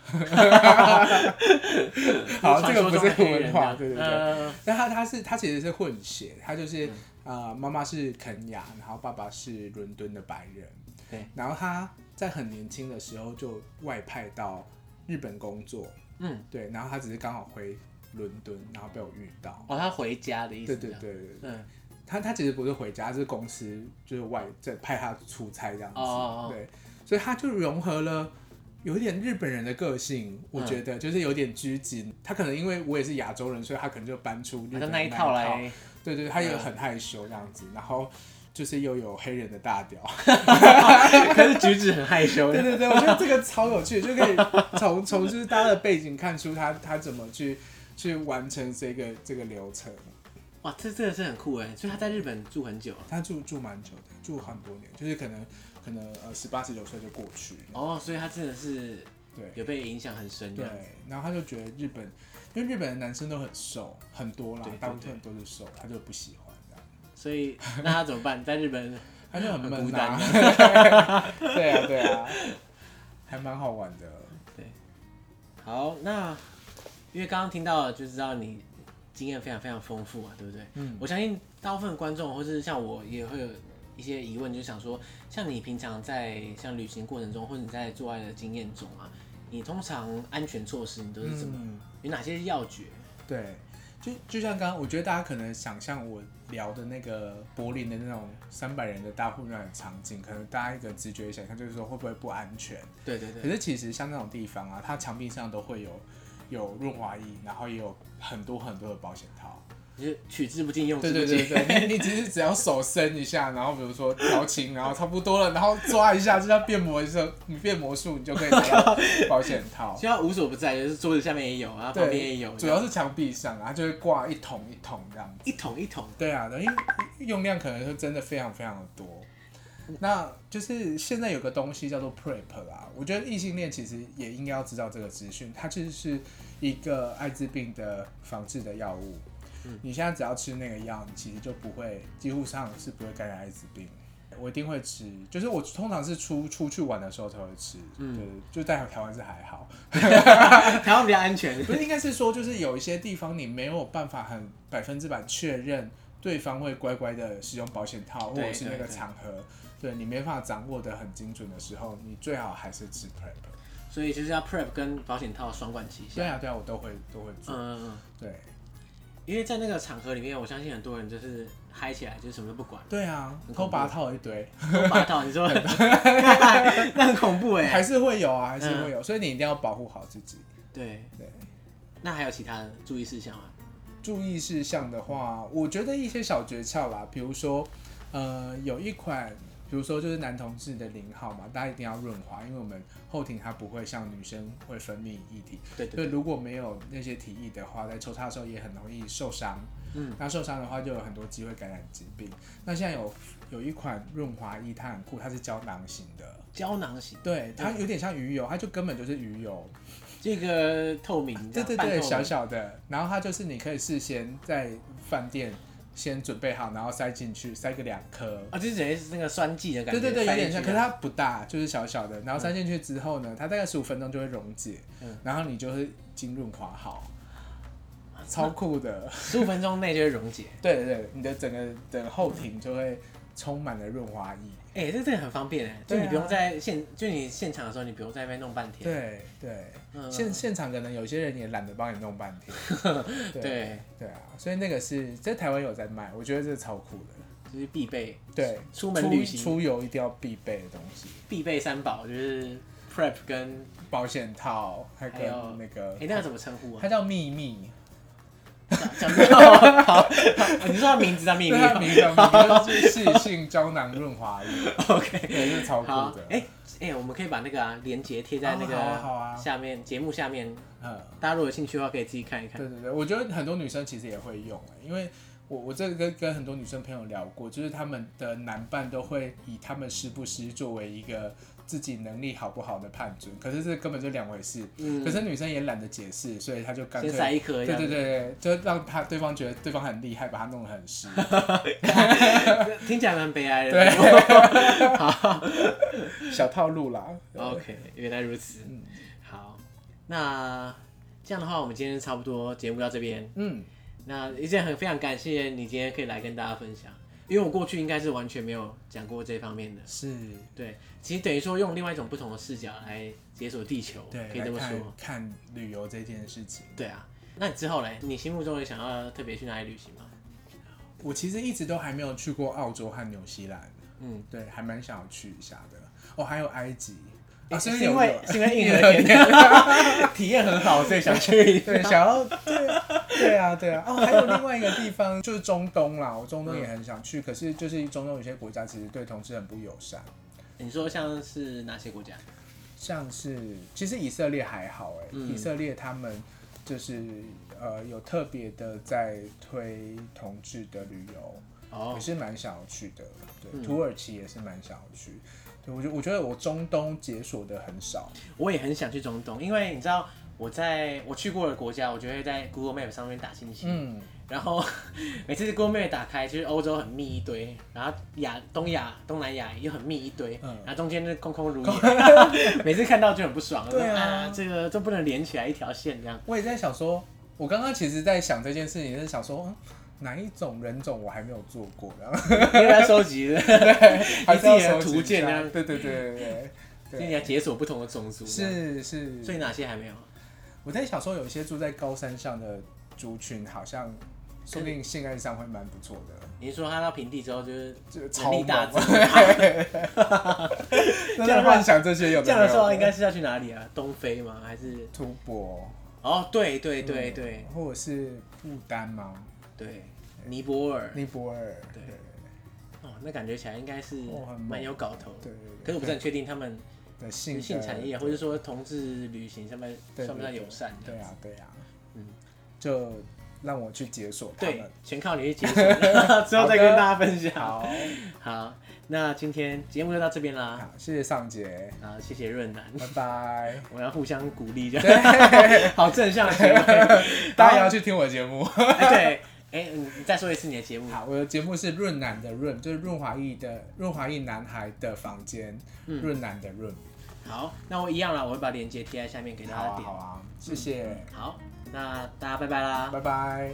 A: 就是
B: 好，
A: 传
B: 这
A: 说
B: 个不
A: 中的
B: 是
A: 黑人
B: 文化，
A: 的
B: 对对对。
A: 呃嗯
B: 但他他是他其实是混血，他就是、呃妈妈是肯雅，然后爸爸是伦敦的白人，
A: 对，
B: 然后他在很年轻的时候就外派到日本工作，
A: 嗯，
B: 对，然后他只是刚好回伦敦，然后被我遇到，
A: 哦，他回家的意思，
B: 对对对，对，对
A: 嗯，
B: 他他其实不是回家，是公司就是外在派他出差这样子，
A: 哦哦哦
B: 对，所以他就融合了。有一点日本人的个性，我
A: 嗯
B: 觉得就是有点拘谨。他可能因为我也是亚洲人，所以他可能就搬出日
A: 好
B: 本
A: 像
B: 人
A: 那
B: 那
A: 一
B: 一
A: 套
B: 套
A: 来，嗯
B: 对对，他也很害羞这样子，然后就是又有黑人的大屌，
A: 可是举止很害羞
B: 对对对，我觉得这个超有趣，就可以 从从就是大家的背景看出他他怎么去去完成这个这个流程。
A: 哇，这真的是很酷哎！所以他在日本住很久了
B: 他住住蛮久的，住很多年，就是可能可能呃十八十九岁就过去了，
A: 哦，所以他真的是
B: 对
A: 有被影响很深
B: 对
A: 的。，
B: 然后他就觉得日本，因为日本的男生都很瘦，很多啦
A: 对对，
B: 大部分都是瘦，他就不喜欢这样。
A: 所以那他怎么办？在日本，
B: 他就很
A: 很孤
B: 闷
A: 单
B: 啊， 对啊对啊，还蛮好玩的。
A: 好，那因为刚刚听到了就知道你经验非常非常丰富啊，对不对？
B: 嗯，
A: 我相信大部分观众或是像我也会有一些疑问，就想说，像你平常在像旅行过程中，或者你在做爱的经验中啊，你通常安全措施你都是怎么？
B: 嗯
A: 有哪些要诀？
B: 对，就就像刚刚，我觉得大家可能想象我聊的那个柏林的那种三百人的大混乱的场景，可能大家一个直觉想象就是说会不会不安全？
A: 对对
B: 可
A: 对，
B: 是其实像那种地方啊，它墙壁上都会有有润滑液，然后也有很多很多的保险套。
A: 就是取之不尽，用之
B: 对
A: 不
B: 对
A: 竭。
B: 对对，你你 其实只要手伸一下，然后比如说调情，然后差不多了，然后抓一下，就像变魔的时候，你变魔术，你就可以拿到保险 套。
A: 现在无所不在，就是桌子下面也有，然后旁边也有，
B: 主要是墙壁上啊，它就会挂一桶一桶这样子。
A: 一桶一桶。
B: 对啊，因为用量可能是真的非常非常的多。那就是现在有个东西叫做 PrEP 啦，我觉得异性恋其实也应该要知道这个资讯，它就是一个艾滋病的防治的药物。你现在只要吃那个药，你其实就不会，几乎上是不会感染艾滋病。我一定会吃，就是我通常是出出去玩的时候才会吃，
A: 嗯
B: 对，就在台湾是还好，
A: 台湾比较安全。
B: 不是，应该是说，就是有一些地方你没有办法很百分之百确认对方会乖乖的使用保险套，或
A: 对
B: 者是那
A: 对
B: 个
A: 对
B: 场合，对你没办法掌握的很精准的时候，你最好还是吃 prep。
A: 所以就是要 prep 跟保险套双管齐
B: 对
A: 下。
B: 啊，对啊，我都会都会做。
A: 嗯，嗯
B: 对，
A: 嗯因为在那个场合里面，我相信很多人就是嗨起来，就是什么都不管，
B: 对啊
A: 很恐，怖
B: 偷拔套一堆，
A: 都拔到你 说， 那很恐怖哎。
B: 还是会有啊，还是会有，所以你一定要保护好自己。
A: 对
B: 对，
A: 那还有其他的注意事项吗？
B: 注意事项的话，我觉得一些小诀窍啦，比如说，呃，有一款，比如说就是男同志的零号嘛，大家一定要润滑，因为我们后庭它不会像女生会分泌液体，
A: 对对
B: 所以如果没有那些体液的话，在抽插的时候也很容易受伤。
A: 嗯，
B: 那受伤的话就有很多机会感染疾病。那现在有有一款润滑液，它很酷，它是胶囊型的，
A: 胶囊型，
B: 对，它有点像鱼油，它就根本就是鱼油，
A: 这个透明，这
B: 对
A: 样
B: 啊对
A: 半透
B: 对，
A: 明
B: 小小的，然后它就是你可以事先在饭店先准备好，然后塞进去，塞个两颗。
A: 啊，就是等于是那个酸剂的感
B: 对
A: 觉，
B: 对对，有
A: 塞进
B: 点像，
A: 去
B: 可是它不大，就是小小的，然后塞进去之后呢，它大概十五分钟就会溶解，
A: 嗯
B: 然后你就是经润滑 好，
A: 啊
B: 超酷的。
A: 十五分钟内就会溶解。
B: 对对对，你的整个整个后庭就会充满了润滑液。
A: 哎、这这个很方便哎，就
B: 对啊
A: 你不用在现，就你现场的时候，你不用在那边弄半天。
B: 对对，
A: 嗯
B: 现现场可能有些人也懒得帮你弄半 天。对
A: 对，
B: 对啊，所以那个是在台湾有在卖，我觉得这超酷的。
A: 就是必备，
B: 对，
A: 出门旅行
B: 出游一定要必备的东西，
A: 必备三宝就是 prep 跟
B: 保险套，还
A: 还有
B: 跟那个
A: 哎、，那个怎么称呼啊
B: 它？叫秘密，
A: 讲讲不到，啊好，好你说他名字叫秘密
B: 对它名字 叫秘密，就是性胶囊润滑液，
A: ，OK，
B: 对，是超酷
A: 好
B: 的，。
A: 哎、哎、我们可以把那个啊连接贴在那
B: 哦好啊好
A: 个
B: 啊
A: 下面节、目下面，
B: 嗯，
A: 大家如果有兴趣的话可以自己看一看。
B: 对对对，我觉得很多女生其实也会用、欸，因为我我这个跟跟很多女生朋友聊过，就是她们的男伴都会以他们湿不湿作为一个自己能力好不好的判准，可是这根本就两回事。
A: 嗯
B: 可，是女生也懒得解释，所以她就干脆
A: 先塞一颗这
B: 对
A: 样
B: 对
A: 子，
B: 对对，就让他对方觉得对方很厉害，把他弄得 很湿。
A: 听起来蛮悲哀的。
B: 对， 小套路啦。
A: OK，原来如此。
B: 嗯
A: 好，那这样的话，我们今天差不多节目到这边。
B: 嗯，
A: 那一件很非常感谢你今天可以来跟大家分享，因为我过去应该是完全没有讲过这方面的。
B: 是，
A: 对，其实等于说用另外一种不同的视角来解锁地球，
B: 对，
A: 可以这么
B: 来看
A: 说。
B: 看旅游这件事情，
A: 对啊，那你之后嘞，你心目中有想要特别去哪里旅行吗？
B: 我其实一直都还没有去过澳洲和纽西兰，
A: 嗯，
B: 对，还蛮想要去一下的。哦，还有埃及，
A: 诶
B: 啊，
A: 是
B: 虽然
A: 因
B: 有
A: 为是因 为硬核
B: 有
A: 甜 体验很好，所以想去一 次。
B: 对，想要对对啊，对啊。哦，还有另外一个地方就是中东啦，我中
A: 嗯
B: 东也很想去，可是就是中东有些国家其实对同志很不友善，
A: 你说像是哪些国家？
B: 像是其实以色列还好哎、
A: 嗯
B: 以色列他们就是呃有特别的在推同志的旅游，
A: 哦
B: 也，是蛮想要去的。对，
A: 嗯
B: 土耳其也是蛮想要去。对，我觉我觉得我中东解锁的很少，
A: 我也很想去中东，因为你知道我在我去过的国家，我就会在 Google Map 上面打星星，
B: 嗯，
A: 然后每次 Google Map 打开，就是欧洲很密一堆，然后亚东亚、东南亚又很密一堆，
B: 嗯
A: 然后中间就是空空如也， 每次看到就很不爽，
B: 对啊
A: 我说这个都不能连起来一条线这样。
B: 我也在想说，我刚刚其实在想这件事情，是想说、嗯哪一种人种我还没有做过，然后
A: 你要不要收集的？
B: 还是要
A: 你自己的
B: 收集一
A: 图鉴
B: 下
A: 啊
B: 对对对对
A: 所
B: 对
A: 以你
B: 对，
A: 要解锁不同的种族，，
B: 是是。
A: 所以哪些还没有？
B: 我在想说，有一些住在高山上的族群，好像说不定性爱上会蛮不错的，
A: 你是说他到平地之后就是
B: 就
A: 能
B: 超
A: 力
B: 猛
A: 大增
B: 啊。，
A: 这
B: 真
A: 样的
B: 的
A: 话
B: 幻想这些有
A: 这样的时候应
B: 没有
A: 该是要去哪里啊？东非吗？还是？
B: 吐蕃，
A: 哦，对对对对，
B: 嗯或者是不丹吗？
A: 对，尼泊尔，
B: 尼泊尔，
A: 对
B: 对
A: 哦，那感觉起来应该是
B: 哦很猛
A: 蛮有搞头的。
B: 对对
A: 可是我不是很确定他们
B: 对的性
A: 女性产业，或
B: 者
A: 者说同志旅行上面
B: 对对
A: 算不算友善的？
B: 对啊对啊，
A: 嗯
B: 嗯，就让我去解锁他
A: 对
B: 们。，
A: 全靠你去 解锁，之后再跟大家分享。
B: 好，
A: 好，那今天节目就到这边啦。
B: 好，谢谢尚杰，
A: 啊，谢谢润南，
B: 拜拜。
A: 我们要互相鼓励，这样
B: 对，
A: 好正向的结 尾。
B: 大家也要去听我的节目。
A: 哎对，哎，你你再说一次你的节目。
B: 好，我的节目是润南的润，就是润滑液的润滑液男孩的房间，
A: 嗯
B: 润、南的润。
A: 好，那我一样啦，我会把链接贴在下面给大
B: 好
A: 家
B: 啊，
A: 点嗯
B: 好。啊，谢谢，
A: 好，那大家拜拜啦，
B: 拜拜。